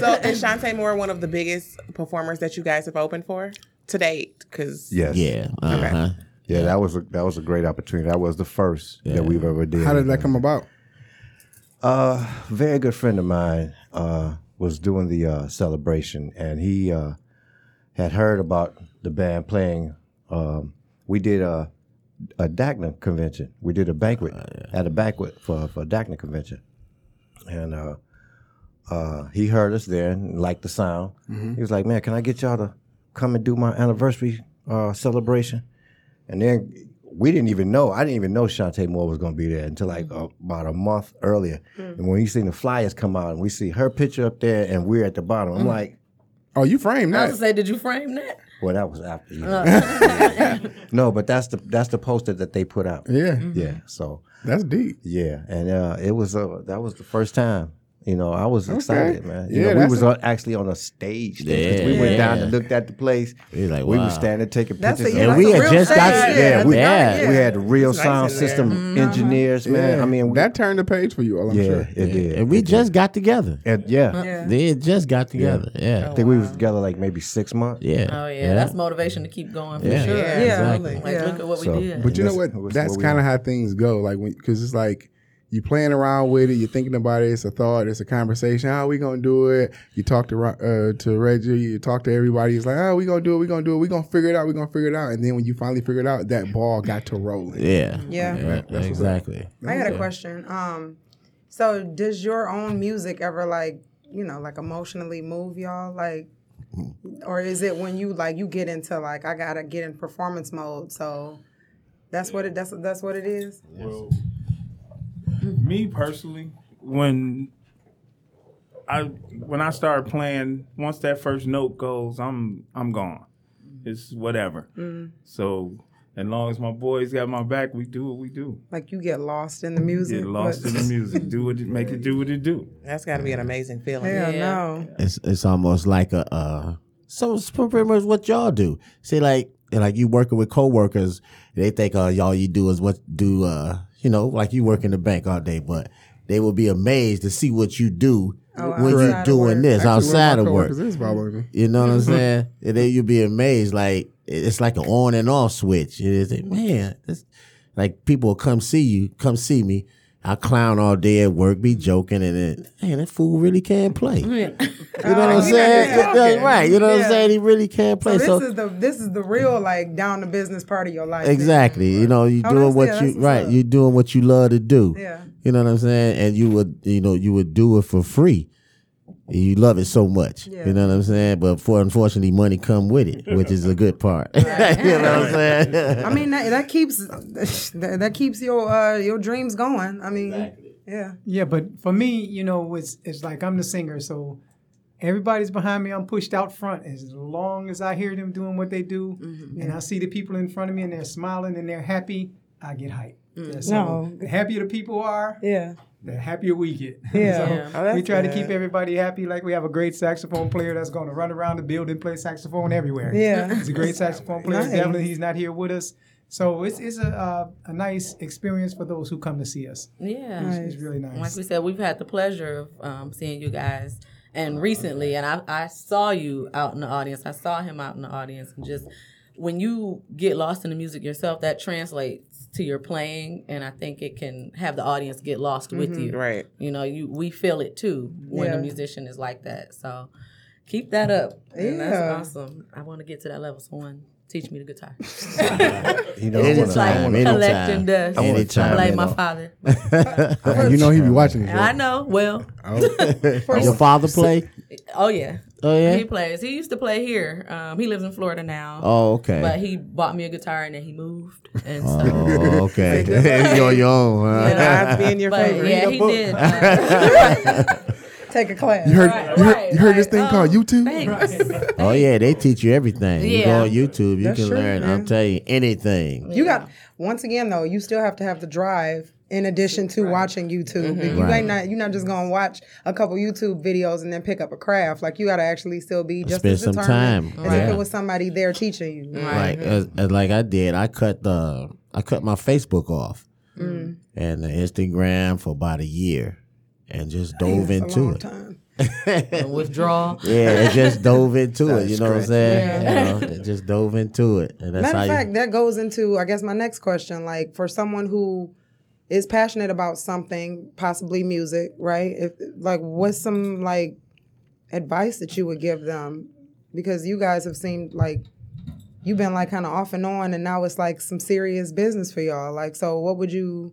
So is Shantae Moore one of the biggest performers that you guys have opened for to date? Because Yes. Yeah. Uh huh. Yeah, that was a, that was a great opportunity. That was the first that we've ever did. How did that come about? Uh, very good friend of mine uh, was doing the uh, celebration, and he uh, had heard about the band playing. Um, we did a a DACNA convention. We did a banquet at a banquet for for a DACNA convention, and uh, uh, he heard us there and liked the sound. He was like, "Man, can I get y'all to come and do my anniversary uh, celebration?" And then we didn't even know. I didn't even know Shantae Moore was going to be there until like uh, about a month earlier. And when we seen the flyers come out and we see her picture up there and we're at the bottom, I'm like, Oh, you framed I that. was gonna (laughs) say, did you frame that? well, that was after. You (laughs) no, but that's the that's the poster that they put out. yeah, Yeah. So that's deep. yeah, and uh, it was uh, that was the first time. You know, I was excited, man. Yeah, You know, we that's was on, actually on a stage. there, 'cause we went down and looked at the place. We like, we wow. was standing taking That's pictures. a- And yeah, of it. we That's had a just real got thing. yeah, we, yeah. we had real sound in there. system engineers, man. Yeah. I mean, we- that turned the page for you. All I'm yeah, sure. it did. and we It did. just got together. And, yeah, Yeah. Oh. They had just got together. Yeah. I think we was together like maybe six months. Yeah. Oh yeah, that's motivation to keep going for Yeah. sure. Yeah, (laughs) Yeah. exactly. Like Yeah. look at what So- we did. But you know And that's- what? that's That's what we kind of want. how things go. Like when, because it's like you playing around with it, you're thinking about it. It's a thought. It's a conversation. How we gonna do it? You talk to Ro- uh, to Reggie. You talk to everybody. It's like, oh, we gonna do it. We gonna do it. We gonna figure it out. We gonna figure it out. And then when you finally figure it out, that ball got to rolling. Yeah. Yeah. Yeah, exactly. I got a question. Um, so does your own music ever like you know like emotionally move y'all like, or is it when you like you get into like I gotta get in performance mode? So that's what it that's that's what it is. Well, me personally, when I when I start playing, once that first note goes, I'm I'm gone. It's whatever. Mm-hmm. So as long as my boys got my back, we do what we do. Like you get lost in the music. Get lost but- in the music. Do what it make it do what it do. That's got to be an amazing feeling. (laughs) Yeah, Yeah. no. It's it's almost like a uh so it's pretty much what y'all do. See like like you working with coworkers, they think uh y'all you do is what do uh you know, like you work in the bank all day, but they will be amazed to see what you do when Oh, outside you're of doing work. this outside of work. Because this is bothering me. You know what I'm saying? And then you'll be amazed. Like it- it's like an on and off switch. It is like, man, this, like people will come see you, come see me. I clown all day at work, be joking, and then man, that fool really can't play. You know what I'm saying? That's right. You know what I'm saying? He really can't play. this So, is the this is the real like down to business part of your life. exactly. You know, you Oh, doing that's- what yeah, that's you what's right. up. You doing what you love to do. Yeah. You know what I'm saying? And you would, you know, you would do it for free. And You love it so much. Yeah. You know what I'm saying? But for unfortunately, money come with it, which is a good part. (laughs) you know what I'm saying? I mean that, that keeps (laughs) that, that keeps your uh your dreams going. I mean, yeah. Yeah, but for me, you know, it's it's like I'm the singer, so everybody's behind me. I'm pushed out front. As long as I hear them doing what they do, and I see the people in front of me and they're smiling and they're happy, I get hyped. Yeah, so No. the happier the people are, Yeah. the happier we get. (laughs) Yeah. So Yeah. Oh, that's we try to good. keep everybody happy. Like we have a great saxophone player that's going to run around the building, play saxophone everywhere. Yeah. he's a great saxophone player. Nice. Definitely, he's not here with us. So it's, it's a, uh, a nice experience for those who come to see us. yeah. It's really nice. Like we said, we've had the pleasure of um, seeing you guys, Oh, and recently, and I, I saw you out in the audience. I saw him out in the audience, and just when you get lost in the music yourself, that translates to your playing, and I think it can have the audience get lost with you. Right. You know, you we feel it too when Yeah. a musician is like that. So keep that up. And Yeah. that's awesome. I want to get to that level. Someone teach me the guitar. You know, I It's wanna- I like Anytime, wanna- collecting anytime. dust. wanna I'm chime like in my on- father. Uh, you know he be watching this. I Right? know. Well, Your father play? oh yeah. Oh yeah. He plays. He used to play here. Um, he lives in Florida now. Oh okay. But he bought me a guitar and then he moved. And so oh (laughs) okay. (laughs) You're your own. Huh? I've been your but favorite. yeah, he did. uh, Take a class. You heard, Right, you heard, right, you heard this right. thing called Oh, YouTube? thanks. Oh yeah, they teach you everything. You go Yeah. on YouTube, you That's can true, learn. I'm man. telling you anything. You got once again though, you still have to have the drive in addition to watching YouTube. You Right. ain't not you're not just gonna watch a couple YouTube videos and then pick up a craft. Like you gotta actually still be just Spend as some determined time. as if Yeah. it was somebody there teaching you. Like as, as like I did, I cut the I cut my Facebook off Mm. and the Instagram for about a year, and just dove It's a into long it. time. Withdrawal. Yeah, it (laughs) just dove into it. You know what I'm scratch. saying? You know, it just dove into it, and that's Matter of how fact, that goes into I guess my next question. Like for someone who is passionate about something, possibly music, right? If like what's some like advice that you would give them? Because you guys have seemed like you've been like kind of off and on and now it's like some serious business for y'all. Like so what would you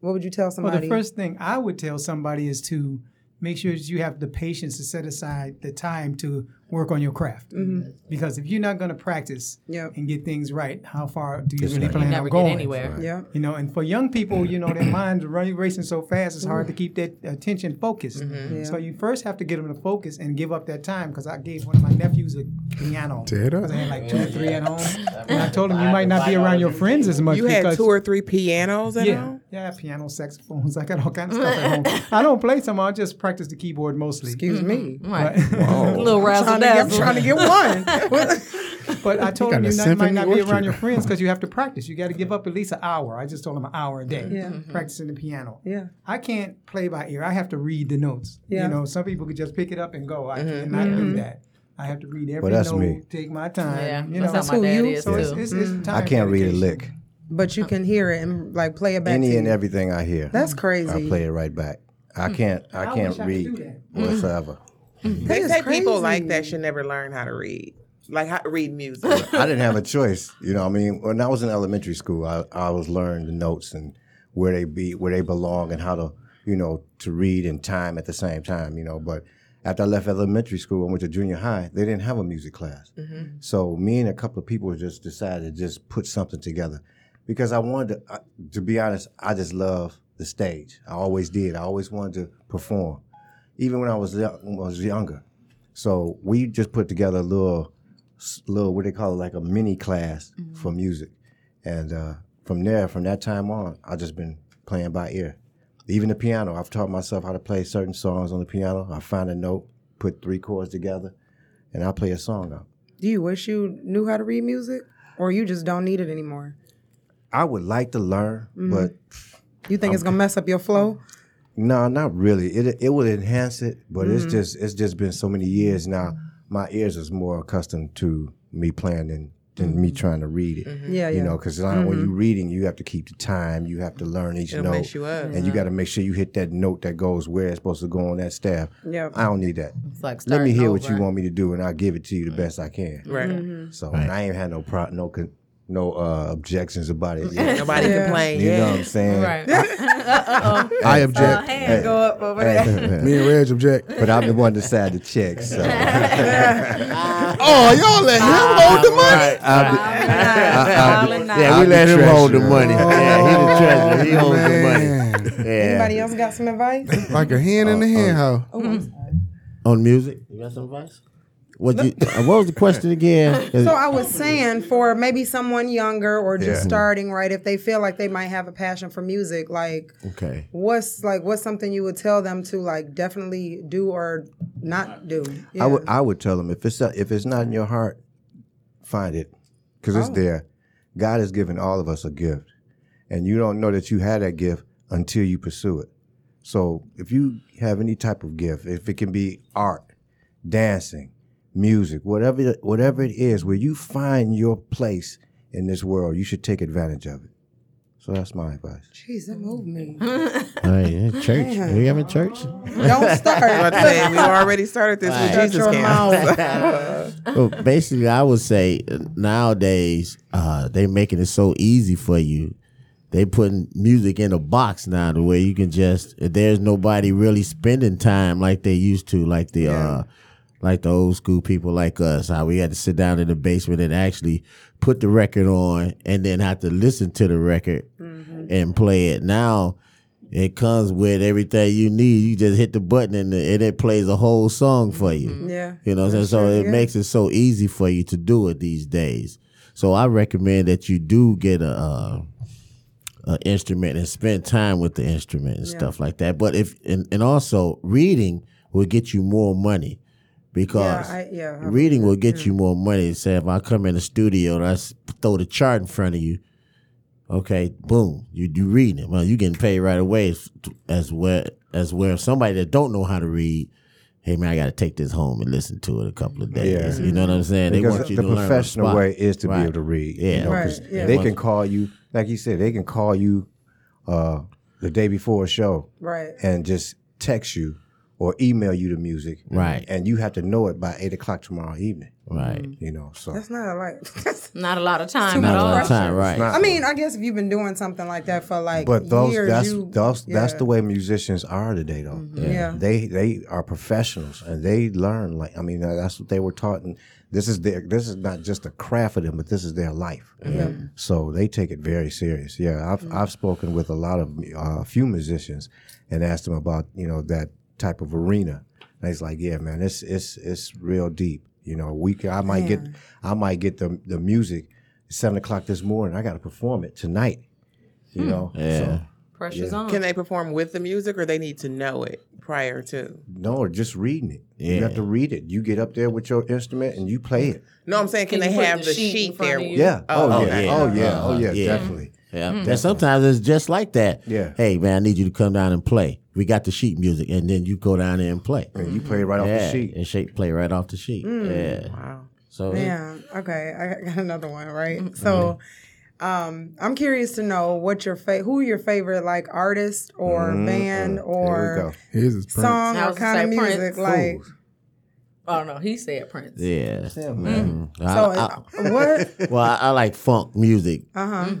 what would you tell Well, somebody? the first thing I would tell somebody is to make sure that you have the patience to set aside the time to work on your craft. Because if you're not going to practice Yep. and get things right, how far do you That's really right. plan Never on get going? anywhere. yeah. You know, and for young people, you know, their minds are running racing so fast, it's hard to keep that attention focused. So you first have to get them to focus and give up that time. Because I gave one of my nephews a piano. Tear it up. Because I had like two or three at home. And I told him you might not be around your friends as much. You had because- two or three pianos at yeah, home. yeah, piano, saxophones. (laughs) I got all kinds of stuff (laughs) at home. I don't play some. I just practice the keyboard mostly. Excuse me. but, Right. Little razzle Trying to, get, trying to dazzle. get (laughs) one. but I told got him a you not, might symphony not be around orchestra. your friends because you have to practice. You got to give up at least an hour. I just told him an hour a day Mm-hmm. practicing the piano. Yeah. I can't play by ear. I have to read the notes. Yeah. You know, some people could just pick it up and go. I Mm-hmm. cannot do that. I have to read every that's note. me. Take my time. Yeah, You know, that's how who my dad you- is so it's, too. Mm-hmm. it's, it's time I can't read a dedication. lick. but you can hear it and like play it back. to Any you. and everything I hear, That's crazy. I play it right back. I can't. I I can't wish I could read do that. whatsoever. They is say people crazy. like that should never learn how to read, like how to read music. (laughs) I didn't have a choice. You know, what I mean, when I was in elementary school, I, I was learning the notes and where they be, where they belong, and how to, you know, to read and time at the same time. You know, but after I left elementary school and went to junior high, they didn't have a music class. So me and a couple of people just decided to just put something together because I wanted to. I, to be honest, I just love the stage. I always did. I always wanted to perform, even when I was young, when I was younger. So we just put together a little s- little what they call it like a mini class for music and uh, from there from that time on i've just been playing by ear even the piano i've taught myself how to play certain songs on the piano i find a note put three chords together and i play a song out Do you wish you knew how to read music, or you just don't need it anymore? i would like to learn but You think it's gonna mess up your flow? No, not really. It it would enhance it, but it's just it's just been so many years now. My ears is more accustomed to me playing than, than me trying to read it. Yeah, you yeah. know, because when you're reading, you have to keep the time. You have to learn each Mm-hmm. It'll note, mess you up. Mm-hmm. and you got to make sure you hit that note that goes where it's supposed to go on that staff. Yep. I don't need that. It's like Let me starting hear what you over. want me to do, and I'll give it to you the best I can. Right. Mm-hmm. Mm-hmm. So and I ain't had no pro, no con, no uh, objections about (laughs) it. Yet. Nobody complained. You know Yeah. what I'm saying? (laughs) Right. Uh-oh. I object. Hand go up over there. Me and Reg object. (laughs) But I'm the one that signed the check, so. (laughs) Oh, y'all let him hold the money. Yeah, we I'm let the him hold the treasurer. money. yeah, he the treasurer. He holds the Oh, man. money. Yeah. Uh, Anybody else got some (laughs) advice? Like a hand in the Uh, hand hoe. On music, you got some advice? What, you, uh, what was the question again? (laughs) So I was saying for maybe someone younger or just starting, right? If they feel like they might have a passion for music, like okay. what's like what's something you would tell them to like definitely do or not do? Yeah. I would I would tell them if it's not, if it's not in your heart, find it, because it's there. God has given all of us a gift, and you don't know that you had that gift until you pursue it. So if you have any type of gift, if it can be art, dancing, music, whatever whatever it is, where you find your place in this world, you should take advantage of it. So that's my advice. Jeez, that moved me. All right, yeah, church. Are you having church? (laughs) Don't start. (laughs) But today, we already started this with Shut Jesus your Camp. mouth. well, basically, I would say uh, nowadays uh, they making it so easy for you. They putting music in a box now, the way you can just. There's nobody really spending time like they used to, like the uh, like the old school people like us. How we had to sit down in the basement and actually put the record on, and then have to listen to the record and play it. Now it comes with everything you need. You just hit the button and it, and it plays a whole song for you. Yeah. You know, what I'm saying? so it makes it so easy for you to do it these days. So I recommend that you do get a, uh, a instrument and spend time with the instrument and stuff like that. But if and, and also reading will get you more money Yeah, because I, yeah. I- reading will get you more money. Say if I come in the studio and I s- throw the chart in front of you, okay, boom, you you reading it. Well, you getting paid right away as, as well as where somebody that don't know how to read. Hey man, I got to take this home and listen to it a couple of days. You know what I'm saying? they Because want you the to learn on the professional spot. way is to Right. be able to read. Yeah. you know, 'cause Right, yeah. they can call you, like you said, they can call you uh, the day before a show Right. and just text you or email you the music. Right. And you have to know it by eight o'clock tomorrow evening. Right. You know, so That's not like. Not a lot of time at Not a all. lot of time, right? (laughs) I mean, I guess if you've been doing something like that for like Uh-uh. but those years, that's you, those, that's yeah. Mm-hmm. the way musicians are today though. Yeah. They they are professionals and they learn like I mean that's what they were taught and this is their this is not just a craft for them but this is their life. So they take it very serious. Yeah, I've Mm-hmm. I've spoken with a lot of uh, a few musicians and asked them about you know that type of arena. And he's like, yeah, man, it's it's it's real deep. You know, we can, I might get I might get the the music at seven o'clock this morning. I got to perform it tonight. Hmm. You know, Yeah. So, Pressure's on. Can they perform with the music, or they need to know it prior to? no, or just reading it. Yeah. You have to read it. You get up there with your instrument and you play it. No, I'm saying, can, Can you they put have the the, sheet sheet, in front there? of you? Yeah. Oh, Oh, yeah. yeah. Oh yeah. Uh, Oh yeah. yeah. Definitely. Yeah. And sometimes it's just like that. Yeah. Hey man, I need you to come down and play. We got the sheet music, and then you go down there and play. And you play it right off yeah. the sheet. And shape play right off the sheet. Yeah. Wow. So it- Yeah. Okay. I (laughs) got another one. Right. So, um, I'm curious to know what your fa- who your favorite like artist or band Mm-hmm. There we or go. His is Prince. song I or was kind of gonna say music Prince. like. oh no, he said Prince. yeah. Mhm. man. I- So I- uh, (laughs) (laughs) what? well, I, I like funk music. Uh huh.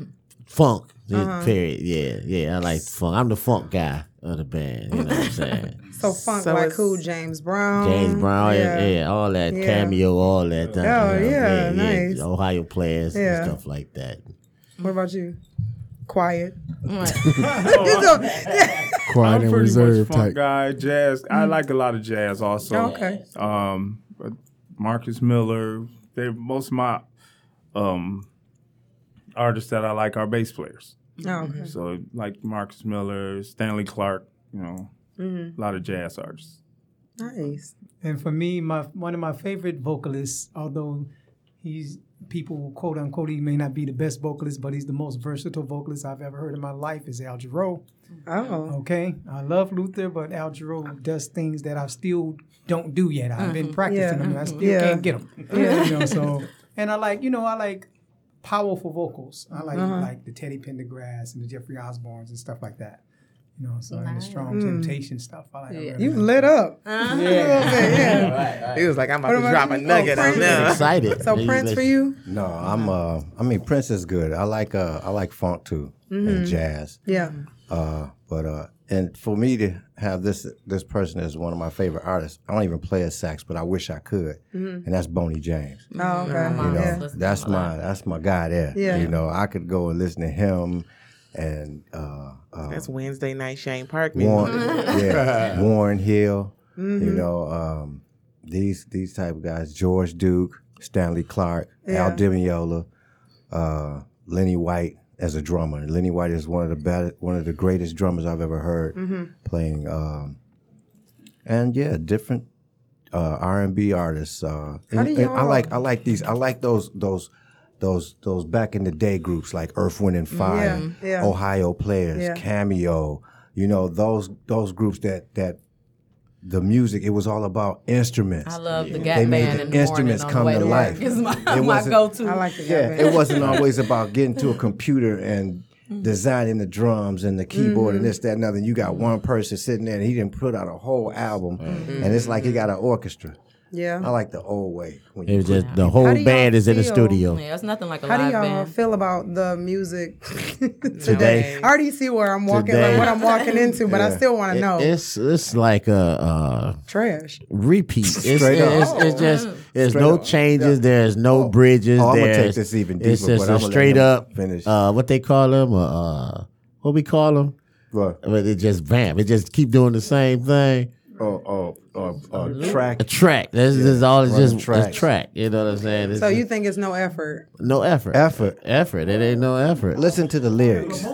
Funk. Uh-huh. Period. Yeah. Yeah. I like funk. I'm the funk guy of the band. You know what I'm (laughs) saying? So funk So like it's- who? James Brown. James Brown, yeah, yeah, all that Mm-hmm. Yeah. cameo, all that. Thing, Oh, yeah, nice. Ohio players Yeah. and stuff like that. What about you? Quiet. (laughs) quiet I'm and pretty much reserved funk type. guy. Jazz. I like a lot of jazz also. Mm-hmm. okay. Um, but Marcus Miller. They most of my um artists that I like are bass players. Oh, okay. So like Marcus Miller, Stanley Clark. You know, a Mm-hmm. lot of jazz artists. Nice. And for me, my one of my favorite vocalists, although he's people quote unquote he may not be the best vocalist, but he's the most versatile vocalist I've ever heard in my life is Al Jarreau. Oh. Okay, I love Luther, but Al Jarreau does things that I still don't do yet. I've been practicing them, and I still Mm-hmm. Yeah. can't get them. You know, so and I like you know I like powerful vocals. I like Uh-huh. like the Teddy Pendergrass and the Jeffrey Osbornes and stuff like that. You know, so and the strong temptation stuff. I like. I really Mm. You like lit up. He was like, I'm about about to drop you? a nugget Oh, on them. Excited. So They- Prince they- for you? No, I'm uh I mean Prince is good. I like uh I like funk too Mm-hmm. and jazz. Yeah. Uh but uh and for me to have this this person as one of my favorite artists, I don't even play a sax, but I wish I could. Mm-hmm. And that's Boney James. Oh, okay. Mm-hmm. You know, Yeah. Listen that's my that's my guy there. Yeah. You know, I could go and listen to him and uh, uh That's Wednesday night Shane Park music. Warren, yeah, Warren Hill. You know, um, these these type of guys: George Duke, Stanley Clark, Al Dimiola, uh, Lenny White as a drummer. And Lenny White is one of the best, one of the greatest drummers I've ever heard playing. Um, and yeah, different uh, R and B artists. Uh, and- do and I y'all- like I like these. I like those those. Those those back in the day groups like Earth, Wind and Fire, Mm, yeah. Ohio Players, Yeah. Cameo, you know those those groups that that the music it was all about instruments. I love the They Gap made Band the in the morning instruments on the come way to to life. work. It's my, It my wasn't- go-to. I like the yeah, yeah. it (laughs) wasn't always about getting to a computer and Mm. designing the drums and the Mm-hmm. keyboard and this that and other. You got one person sitting there and he didn't put out a whole album, Mm-hmm. and it's Mm-hmm. like he got an orchestra. I Yeah. like the old way. When It you was just the whole How do y'all band is in the feel- studio. Yeah, it's nothing like a How do live y'all band. feel about the (laughs) music Today. I already see where I'm walking, Today. like what I'm walking into, but I still want to It- know. it's it's like a, uh Trash. repeat. It's, Straight up. it's, it's Oh, just there's no changes. There's no bridges. Oh, I'ma take there's- this even It's deeper, just but I'ma a let straight him up. finish. Uh, what they call them? Uh, uh, what we call them? Well, But it just vamp. It just keep doing the same thing. oh, oh, oh, oh, track. A track. This is all. It's running just a tracks. track. You know what I'm saying? It's So just you think it's no effort? no effort. Effort. Effort. It ain't no effort. Listen to the lyrics.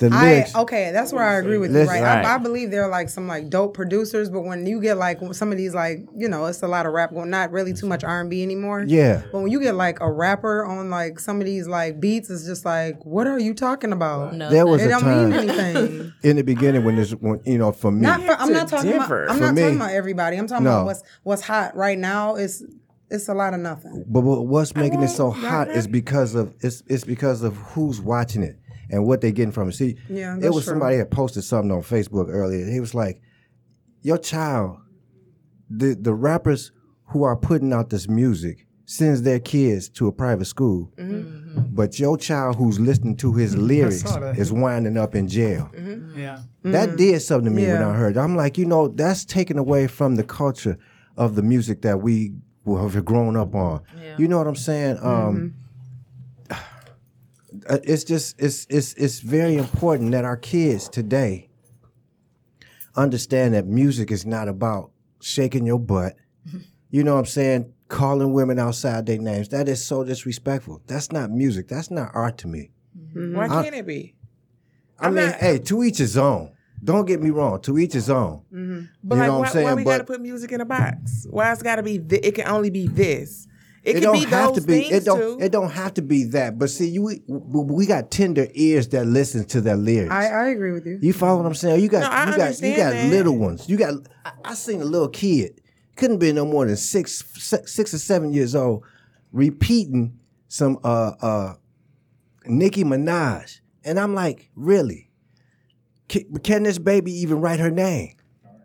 The I lyrics. okay, that's where I agree with you. Listen. Right, Right. I, I believe there are like some like dope producers, but when you get like some of these like you know, it's a lot of rap going, not really too much R and B anymore. Yeah. But when you get like a rapper on like some of these like beats, it's just like, what are you talking about? No, there was it a don't time mean anything. in the beginning when this, when you know, for me, not for, I'm not talking differ. about. I'm For not me- talking about everybody. I'm talking No. about what's what's hot right now. It's it's a lot of nothing. But what- what's making it so hot is because of it's it's because of who's watching it and what they're getting from it. See, Yeah, it that's was true. somebody had posted something on Facebook earlier. He was like, "Your child, the the rappers who are putting out this music." Sends their kids to a private school, Mm-hmm. but your child who's listening to his lyrics that. is winding up (laughs) in jail. Yeah. Mm. That did something to me when Yeah. I heard. it. I'm like, you know, that's taken away from the culture of the music that we have grown up on. You know what I'm saying? Um, Mm-hmm. (sighs) uh, It's just it's it's it's very important that our kids today understand that music is not about shaking (laughs) your butt. You know what I'm saying? Calling women outside their names. That is so disrespectful. That's not music. That's not art to me. Why Mm-hmm. can't it be? I I'm mean, not- hey, to each his own. Don't get me wrong. To each his own. But You like, why, know what I'm why saying? we But- gotta put music in a box? Why it's gotta be? Th- it can only be this. It, It can don't be have those to be. things It don't. too. It don't have to be that. But see, you we, we got tender ears that listen to their lyrics. I, I agree with you. you follow what I'm saying? You got. No, I you got. You understand got that. little ones. You got. I, I seen a little kid. Couldn't be no more than six, six, six or seven years old, repeating some uh uh, Nicki Minaj, and I'm like, really? Can, can this baby even write her name?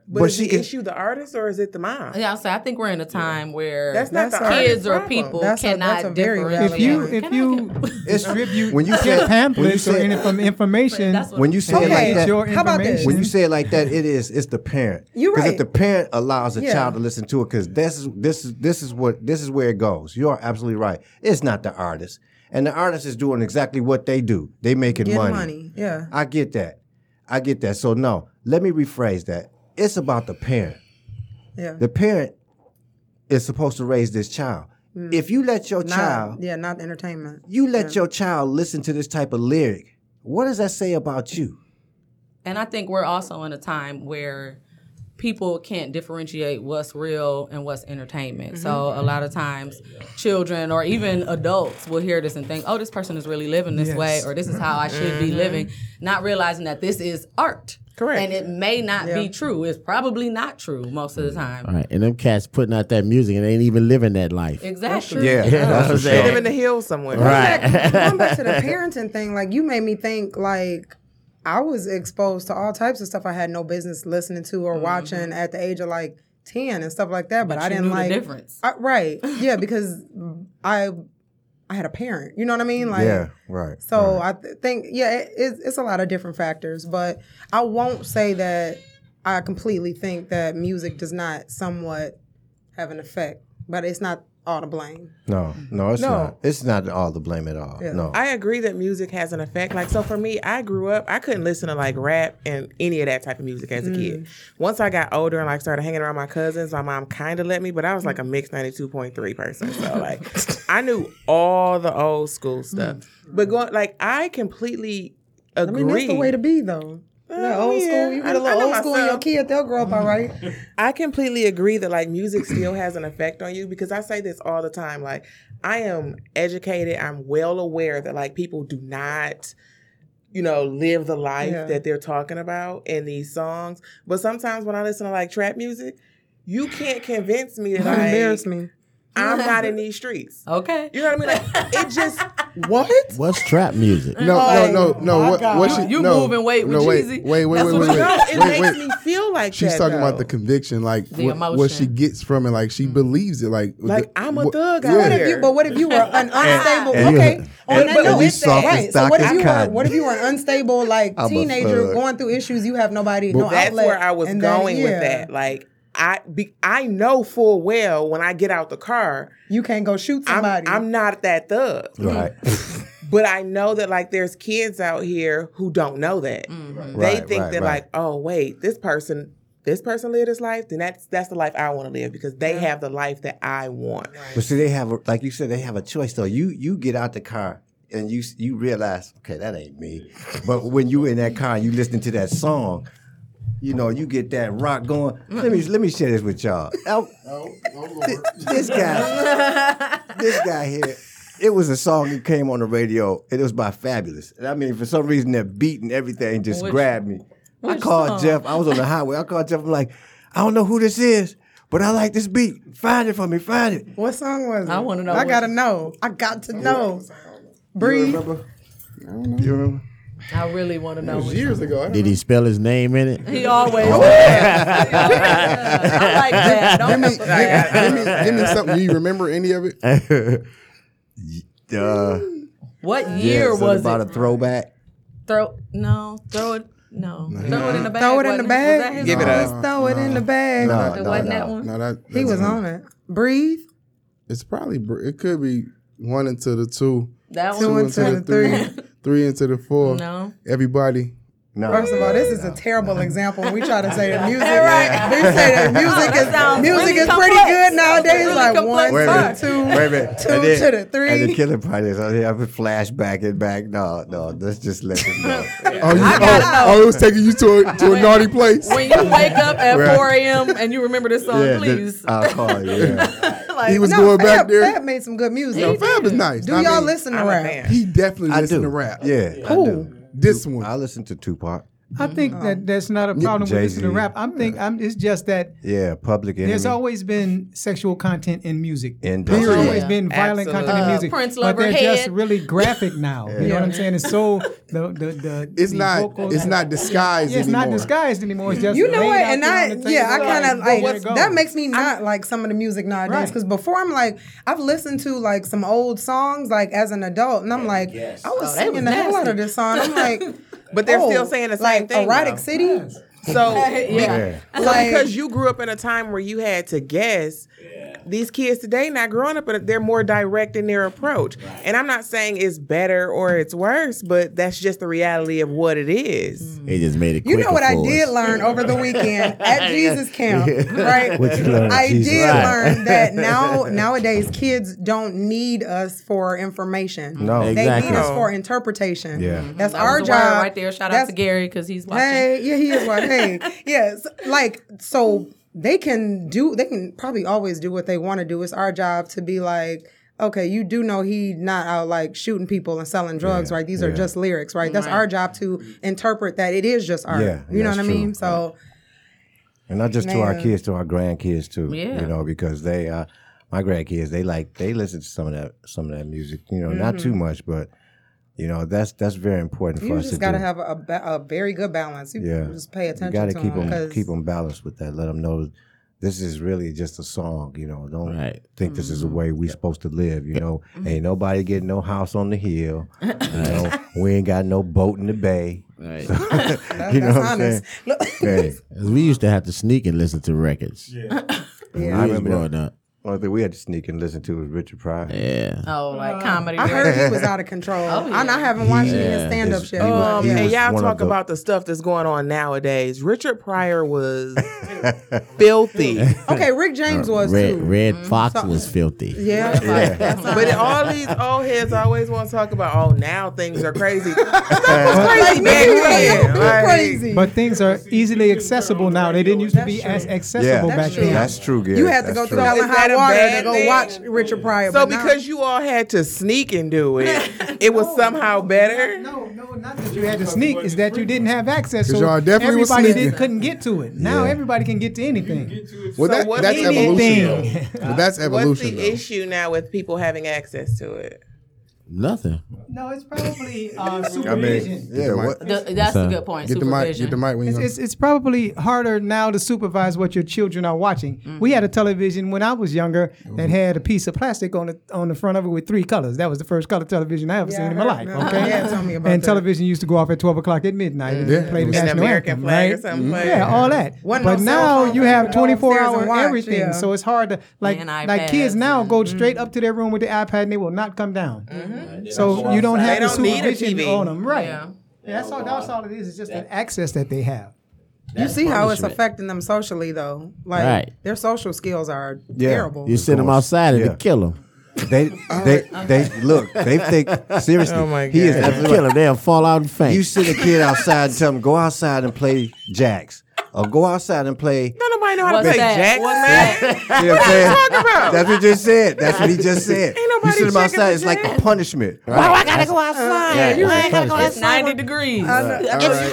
but is the issue the artist or is it the mom? Yeah, so I think we're in a time where That's not the kids artist's or problem. people That's a- cannot that's a very valid If you Yeah. differentiate. if you (laughs) distribute when you said- when you pamphlets or said- any from information, That's what When you say it Okay. like that, your How about this? information. When you say it like that, it is it's the parent. (laughs) You're if right. the parent allows the Yeah. child to listen to it, because this is this is this is what this is where it goes. You are absolutely right. It's not the artist, and the artist is doing exactly what they do. They making Get money. money. Yeah. I get that. I get that. So no, let me rephrase that. It's about the parent. Yeah. The parent is supposed to raise this child. If you let your Mm. not, child Yeah, not entertainment. you let your child listen to this type of lyric, what does that say about you? And I think we're also in a time where people can't differentiate what's real and what's entertainment. So a lot of times children or even adults will hear this and think, "Oh, this person is really living this way or this is how I should be living," not realizing that this is art. Correct. And it may not be true. It's probably not true most of the time. All right, and them cats putting out that music and they ain't even living that life. Exactly. that's for They live in the hills somewhere. Right. Going back- going back to the parenting thing, like you made me think like I was exposed to all types of stuff I had no business listening to or watching at the age of like ten and stuff like that. But, I you didn't knew the like difference. I- right? Yeah, because I I had a parent. You know what I mean? Like Yeah, right. So I th- think yeah, it, it's, it's a lot of different factors, but I won't say that I completely think that music does not somewhat have an effect, but it's not all to blame. No, no, it's No. not. It's not all the blame at all. No. I agree that music has an effect. Like, so for me, I grew up, I couldn't listen to like rap and any of that type of music as a kid. Mm. Once I got older and like started hanging around my cousins, my mom kind of let me, but I was like a Mm. mixed 92.3 person. So, like, I knew all the old school stuff. But going, like, I completely Mm. I agree. mean, that's the way to be though. Yeah, old Oh, yeah. school. You I- get a I little know old school, and your myself. kid they'll grow up all right. I completely agree that like music still has an effect on you because I say this all the time. Like I am educated. I'm well aware that like people do not, you know, live the life Yeah. that they're talking about in these songs. But sometimes when I listen to like trap music, you can't convince (laughs) me that Don't embarrass like, me. I'm not (laughs) in these streets. Okay. You know what I mean? Like it (laughs) just What? What's trap (laughs) music? No, no, no, no. What, what You- she, you no, moving weight with no, wait, Jeezy? Wait, wait, That's wait, what wait, you- wait, no, it wait, makes wait. me feel like She's that, talking about though. the conviction, like The what, what she emotion. Mm. gets from it, like she believes it, like Like, the- I'm a what- thug out What Yeah, if you, but what if you were an unstable? and you- okay, and- on and that note, you it's soft that, as right. So what stock if as you were cotton. what if you were an unstable like I'm a teenager thug. going through issues? You have nobody, no that's outlet, where I was and then, going yeah, with that. Like I be, I know full well when I get out the car, You can't go shoot I'm, somebody. I'm not that thug. (laughs) Right. But I know that like there's kids out here who don't know that. Mm-hmm. They Right, think right, that right. like, oh wait, this person this person lived this life, then that's that's the life I want to live because they have the life that I want. But see, they have, a, like you said, they have a choice though. You you get out the car and you you realize, okay, that ain't me. But when you in that car and you listening to that song, you know, you get that rock going. Let Mm. me let me share this with y'all. Al- Th- this guy, this guy here. It was a song that came on the radio, and it was by Fabulous. And I mean, for some reason, that beat and everything just Which- grabbed me. I which called song? Jeff. I was on the highway. I called Jeff. I'm like, I don't know who this is, but I like this beat. Find it for me. Find it. what song was it? I wanna know I what- gotta know. I got to know. Breathe. remember? You remember? I really want to know. was what- years ago. I don't Did know. he spell his name in it? (laughs) He always. (laughs) I like that. Don't Give me, mess with that. give, me, give me something. Do you remember any of it? Uh, What yeah, year so was about it? a throwback. Throw no, throw it no, throw it in the bag. Throw it in Wasn't the bag. was that his Give it song? up. Let's throw it in the bag. No, It no, wasn't no. that one. No, that He was on it. Breathe. It's probably br- it could be one into the two, That two one. into the three, three into the four. No. Everybody, No. First of all, this is a terrible example. We try to say the music. Right. We say that (laughs) music that sounds is music really is pretty complex. good nowadays. Really like complex one, Wait a minute. two, Wait a minute. two And then- to the three. And the killer part is, oh, I have a flashback and back. No, no, let's just let them (laughs) go. oh, you, oh, gotta oh, it was taking you to a, to a naughty place. When you wake up at Right. 4 a.m. and you remember this song, Yeah, please. this- I'll call you. Yeah. like, he was going back Fab, there. Fab made some good music. no, Fab is nice. Do I y'all mean, listen to I'm a rap? fan. He definitely I listened to do. rap. Yeah, I do. this one. I listen to Tupac. I think that that's not a problem with listening to Jay-Z. rap. I'm think I'm. It's just that Yeah, Public Enemy. there's always been sexual content in music. In There's Period. always been violent content in Uh, music, Prince but they're Lover just Head. really graphic now. You know what I'm saying? It's so the the, the it's the not. vocals- It's not disguised Yeah, it's anymore. not disguised anymore. It's just You know laid what? out And there I, on the yeah, I table. kind of Go where like it goes. that makes me not like some of the music nowadays. Right. Because before I'm like, I've listened to like some old songs like as an adult, and I'm like, I was Oh, they singing was the hell out nasty. of this song. I'm like, (laughs) But they're oh, still saying the same like, thing, Erotic though. City. (laughs) So, Yeah. so Like- because you grew up in a time where you had to guess, these kids today not growing up, but they're more direct in their approach. And I'm not saying it's better or it's worse, but that's just the reality of what it is. He just made it. You know quicker what I for did us. learn over (laughs) the weekend at Jesus camp, right? What you learned at I Jesus did camp? learn (laughs) that now nowadays kids don't need us for information. No. They Exactly. need Mm-hmm. us for interpretation. Yeah. That That's Mm, was our the word job right there. Shout out That's- to Gary because he's watching. Hey, yeah, he is watching. hey, (laughs) yes, like so they can do. They can probably always do what they want to do. It's our job to be like. Okay, you do know he not out like shooting people and selling drugs, right? These are just lyrics, right? That's our job to interpret that it is just art. Yeah, you know that's what I mean? true. So And not just to our Man. kids, to our grandkids too. Yeah. You know, because they uh my grandkids, they like they listen to some of that some of that music, you know, not too much, but you know, that's that's very important for you us just to got to do. have a, ba- a very good balance. You Yeah. just pay attention you got to to keep them them 'cause- keep them balanced with that. Let them know this is really just a song, you know. Don't Right. think this Mm-hmm. is the way we supposed to live, you know. Ain't nobody getting no house on the hill. You know, we ain't got no boat in the (laughs) bay. (laughs) Right. That- You know that's what I'm honest. Look, (laughs) Hey, 'Cause We used to have to sneak and listen to records. Yeah. I We was remember that. growing up. Only thing we had to sneak and listen to was Richard Pryor. Yeah. Oh, like comedy. Uh, I lyrics. heard he was (laughs) out of control. Oh, yeah. And I haven't watched any of Yeah. his stand up His- yet. he was- but Um, he yeah. and one y'all of talk the- about the stuff that's going on nowadays. Richard Pryor (laughs) was filthy, Okay, Uh, Rick James was Red too. Red Fox was filthy. Yeah. but all these old heads always want to talk about. Oh, now things are (laughs) crazy. crazy. back nigga. then, That's like- crazy. But things are easily accessible now. They didn't used to be as accessible back that's true. then. That's true, Gary. you had to That's go through true. hell and Is that high a water bad to go thing? watch Richard Pryor. So but now- because you all had to sneak and do it, it was somehow better. No, no, not that you had to sneak. Is that you didn't have access, so y'all definitely was everybody sneaking. did, couldn't get to it. Now everybody can get to anything. Well, that, what that's do you evolution. think? Though. Well, that's What's evolution. the Though. issue now with people having access to it? Nothing. No, it's probably (laughs) uh, I mean, supervision. yeah, what? Th- that's a good point. Get the mic. Supervision. Get the mic when It's, you. it's, it's probably harder now to supervise what your children are watching. We had a Mm-hmm. television when I was younger that had a piece of plastic on the on the front of it with three colors. That was the first color television I ever Yeah, seen I in my heard life. that. Okay, Yeah, tell me about And that. television used to go off at twelve o'clock at midnight and Yeah. play And the national American anthem, flag or right? something played. Yeah, all that. Wasn't but no cell now phone you when you have could go twenty four upstairs and hour watch, everything, yeah. so it's hard to like And like kids iPads now and- go straight up to their room with the iPad and they will not come down. Mm-hmm. So you don't have They the don't need a supervision TV. on them, right? Yeah. That's all. That's all it is. It's just an access that they have. you see how it's affecting them socially, though. Like Right. their social skills are Yeah. terrible. You send them outside and Yeah. they kill them. (laughs) They, they, they look. They think seriously. Oh, my He is God. absolutely Kill them. They'll fall out and faint. You send a kid outside and tell him go outside and play jacks, or go outside and play. Don't nobody know how What's to play that? jacks, What's man. You know what I'm saying? talking about? That's what you just said. That's what he just said. nobody you send him checking outside. the It's like a jacks. punishment. Oh, I gotta go outside. I gotta go It's 90 degrees.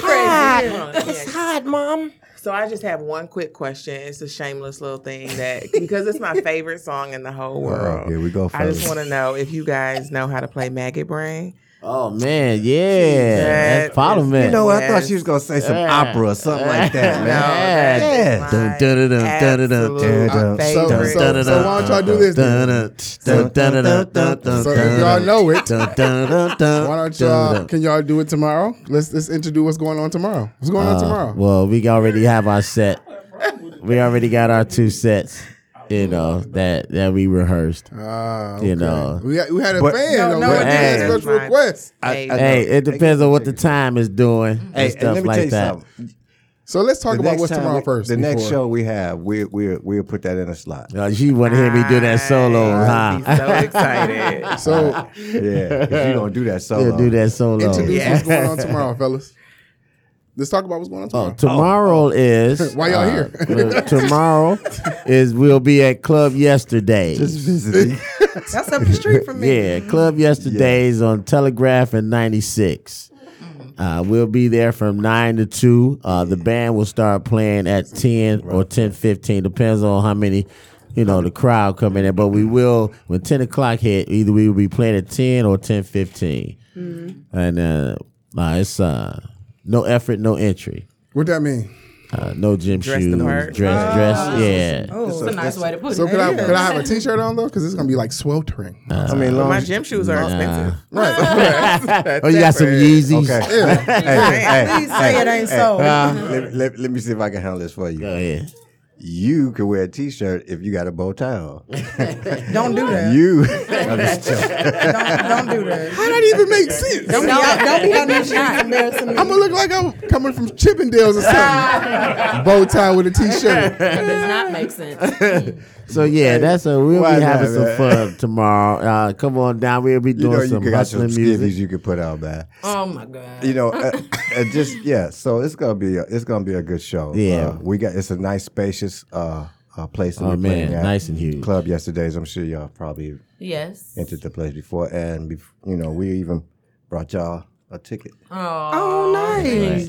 It's hot, mom. So I just have one quick question. It's a shameless little thing that (laughs) because it's my favorite song in the whole world. here we go, I just fellas. want to know if you guys know how to play Maggot Brain. Oh man, yeah, that's Parliament. You know, I thought Yes. she was gonna say some Yeah. opera or something like that, that man. is yeah. my Dun, dun, dun, dun, dun, dun, absolute dun, dun, So, so, favorite. so, why don't y'all do this? Then? So if y'all know it, why don't y'all? Can y'all do it tomorrow? Let's let's introduce what's going on tomorrow. What's going on Uh, tomorrow? well, we already have our set. We already got our two sets. You know that that we rehearsed. Ah, you know. we had, we had a But- fan No, on no, that it had a didn't. special request. I- I- Hey, it depends on what the time is doing and Hey, and let stuff me tell you like that. something. So let's talk The about next what's time tomorrow we- first. The next before- show we have, we we we'll put that in a slot. Uh, she want to hear me do that solo, I'd be huh? so excited. (laughs) So Yeah, 'cause you don't do that solo. They'll do that solo. introduce Yeah. what's going on tomorrow, fellas. Let's talk about what's going on Oh, tomorrow. tomorrow (laughs) is Why y'all uh, here? well, tomorrow is we'll be at Club Yesterday. (laughs) Just visiting. That's up the street (laughs) from me. Yeah, Club Yesterday's on Telegraph and 96. Mm. Uh, we'll be there from 9 to 2. Uh, the band will start playing at 10 or 10.15. Depends on how many, you know, the crowd come in. But we will, when 10 o'clock hit, either we will be playing at 10 or 10.15. Mm. And uh, uh, it's uh, no effort, no entry. What that mean? Uh, no gym Dress the shoes. part. Oh. Dress, dress, yeah. It's Oh, a nice way to put it. So could I Yeah. Uh. could I have a T-shirt on though? Because it's gonna be like sweltering. I mean, long My gym shoes are expensive. Right. Oh, you got some Yeezys? (laughs) Okay. (laughs) hey, hey, Uh, Please say it ain't so. let, let, let me see if I can handle this for you. Go ahead. You can wear a T-shirt if you got a bow tie on. Don't do that. (laughs) You, I'm just joking. Don't, don't do (laughs) that. How that even make sense? Don't be out, don't be out in these shoes embarrassing me. I'm gonna look like I'm coming from Chippendales or (laughs) something. Bow tie with a T-shirt. does not make sense. (laughs) So yeah, that's a we'll why be not, having some man? fun tomorrow. Uh, come on down, we'll be You doing know, you some can got some hustling music. skivvies you can put on, man. Oh my god. You (laughs) know, uh, uh, just yeah. So it's gonna be a, it's gonna be a good show. Yeah. Uh, we got it's a nice spacious uh, uh place. that Oh we're man, playing at. nice and huge. club yesterday's. I'm sure y'all probably Yes. entered the place before, and bef- you know we even brought y'all a ticket. Oh, nice.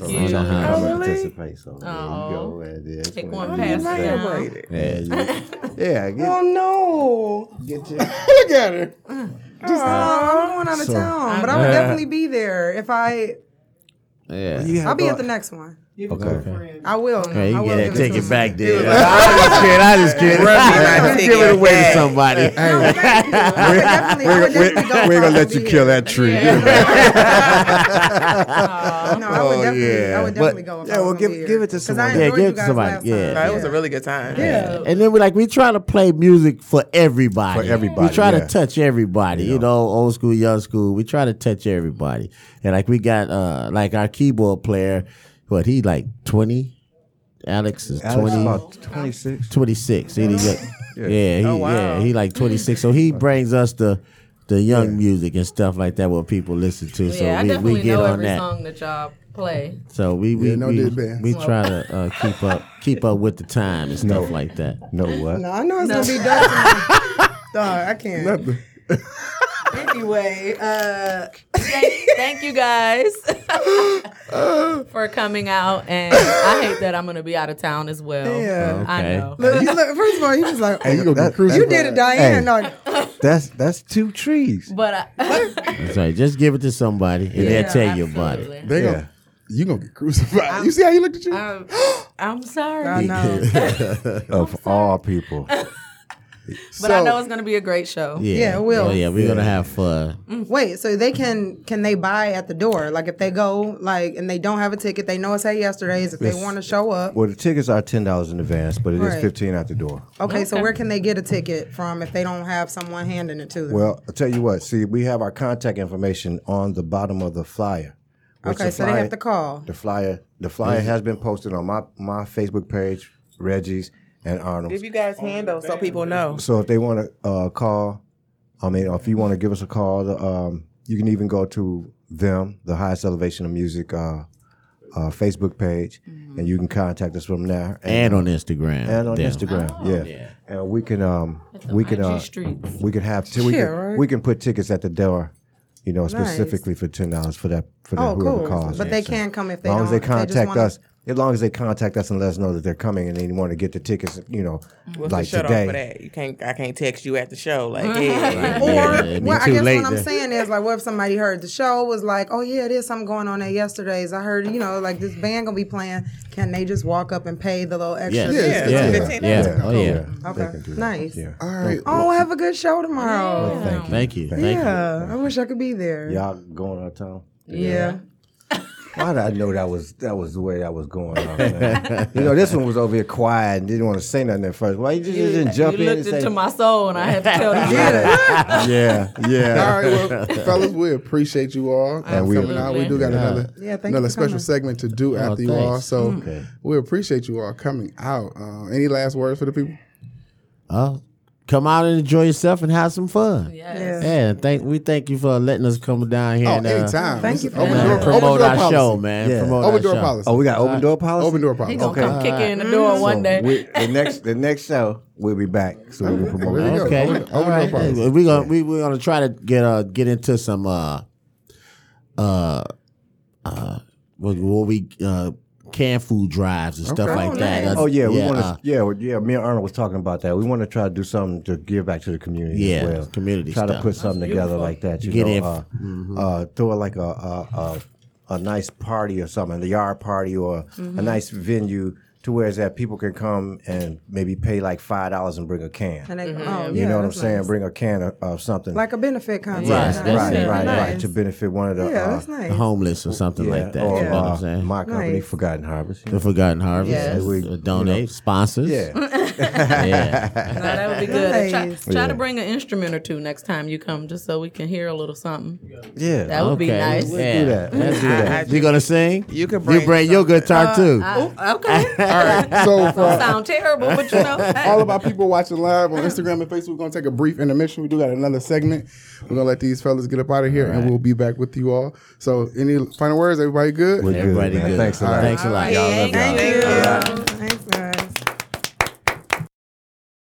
Thank So y'all can you. come Oh, and really? participate. So there you Oh. go. And then it's Take gonna one be- pass down. Celebrated. Yeah, you- yeah, Oh get, no! get your. look at her. I'm going out of So- town, but I Uh-huh. will definitely be there. If I, Yeah. you have I'll be a- at the next one. Okay. I will. Hey, I you get will that give it to ticket him. back (laughs) there. I just kidding. I just kidding. Right. (laughs) Give it away to somebody. No, (laughs) thank you. I would definitely- I would definitely go We're if I gonna could let be you kill there. that tree. (laughs) No, I would definitely, I would But- definitely go. If Oh, Yeah, I was well, gonna give- be here. give it to 'Cause someone. I Yeah, enjoyed give you it to guys somebody. last Yeah. No, time. it was a really good time. Yeah. (laughs) And then we like we try to play music for everybody. For everybody, We try yeah. to touch everybody. You know, old school, young school. We try to touch everybody. And like we got uh like our keyboard player, what he like twenty? Alex is Alex twenty. about 26. 26. He did get- yeah, he, wow. yeah, he like 26. So he brings us the the young music and stuff like that what people listen to. So yeah, I we, definitely we get know on every that. song that y'all play. So we we, Yeah, no we, diss we try to uh, keep up keep up with the time and stuff like that. No what? No, I know it's gonna be dark. (laughs) Dog, I can't. Nothing. Anyway, uh, Thank, thank you (laughs) guys for coming out, and I hate that I'm gonna be out of town as well. yeah. I Okay. know. Look, you look, first of all, you just like Hey, you, you gonna that- be cruising. you did it, Diane. Hey. No, That's that's two trees. But I, (laughs) That's right. Just give it to somebody and they'll tell you about it. absolutely. They Yeah. gonna, you gonna get crucified. you see how he looked at you? I'm, I'm sorry, I know. (laughs) Of all people. but I know it's gonna be a great show. Yeah, Yeah, it will. Oh, yeah, we're gonna have fun. Wait, so they can can they buy at the door? Like if they go like and they don't have a ticket, they know it's at yesterday's. If they Yes. want to show up, Well, the tickets are ten dollars in advance, but it is Right. Oh. fifteen out the door. okay, So where can they get a ticket from if they don't have someone handing it to them? Well, I'll tell you what. See, we have our contact information on the bottom of the flyer. which okay, the so they flyer- have to call. The flyer, the flyer has been posted on my my Facebook page, Reggie's and Arnold's. If you guys handle so people know. So if they want to uh, call, I mean, if you want to give us a call, the, um, you can even go to them, the Highest Elevation of Music uh, uh, Facebook page, Mm-hmm. and you can contact us from there And on Instagram. and on Yeah. Instagram. Oh, yeah. and we can um, we can IG uh, streets. we can have t- we, Yeah, can, right. we can put tickets at the door, you know, specifically for ten dollars for that for that Oh, whoever cool. calls. But they can come if As they long don't. as they if just contact wanna- us, as long as they contact us and let us know that they're coming and they want to get the tickets, you know, What's like the shut today. off for that? You can't. I can't text you at the show. Like, yeah. (laughs) Or Yeah, it'd be well, I too guess late what I'm then. saying is like, what if somebody heard the show was like, oh yeah, there's something going on there yesterday's. I heard, you know, like this band gonna be playing. Can they just walk up and pay the little extra? Yeah. fee? Yeah. yeah, yeah, $15. Oh yeah. Okay. Nice. Yeah. All right. Oh, have a good show tomorrow. Thank you. Thank you. Thank you. Yeah, I wish I could be there. Y'all going out of town? Yeah. Why did I know that was that was the way that was going on? man? you know, this one was over here quiet and didn't want to say nothing at first. Why you just, you didn't jump you in and looked say, into my soul, and I had to tell you. (laughs) (laughs) yeah, All yeah. right, well, fellas, we appreciate you all And we- coming out. We do got another Yeah, thank another you for special coming. Oh, Mm. segment to do after you all. thanks. So we appreciate you all coming out. Uh, any last words for the people? Uh, come out and enjoy yourself and have some fun. Yes. Yeah. Yeah, thank we thank you for letting us come down here Oh, and uh, anytime. thank This you is for open having door, us. open promote door our policy. show, man. Yeah. Promote Open our door show. policy. Oh, we got open door policy. Open door He policy. gonna come kick you in the Mm. door one day. We, the next the next show we'll be back, so we can promote. There you it. go. Okay. Open- open All door right. policy. Hey, we gonna we we're gonna try to get uh get into some uh uh uh what, what we uh canned food drives and stuff Okay. like Oh, that. nice. Uh, Oh yeah, we want to. uh, yeah, well, yeah. Me and Arnold was talking about that. We want to try to do something to give back to the community. Yeah, as well. community Try to stuff. put something together like that. You Get know, in- uh, Mm-hmm. uh, throw like a a, a a nice party or something, the yard party or Mm-hmm. a nice venue to where it's that people can come and maybe pay like five dollars and bring a can. And they, oh, you yeah, know what I'm that's saying? nice. Bring a can of, of something. Like a benefit concert. Right, Uh-huh. Yeah, that's right, it. right, nice. right. To benefit one of the. Yeah, uh, that's nice. homeless or something like that. Or, You know what uh, I'm saying? My company, Nice. Forgotten Harvest. you the know. Forgotten Harvest. Yes. We, We- donate sponsors. Yeah, yeah. No, that would be good. And Nice. Try, try to bring an instrument or two next time you come, just so we can hear a little something. yeah. That would be Okay. nice. We'll do that. We'll Let's do do that. that. Uh, You gonna sing? You could You bring bring your guitar too. Okay. All right. So for (laughs) Sound terrible, but you (laughs) know. hey. all of our people watching live on Instagram and Facebook, we're gonna take a brief intermission. We do got another segment. We're gonna let these fellas get up out of here, and we'll be back with you all. So, any final words? Everybody good? We're good, Everybody man. good. Thanks a lot. Thanks a lot. Y'all love y'all. Thank you.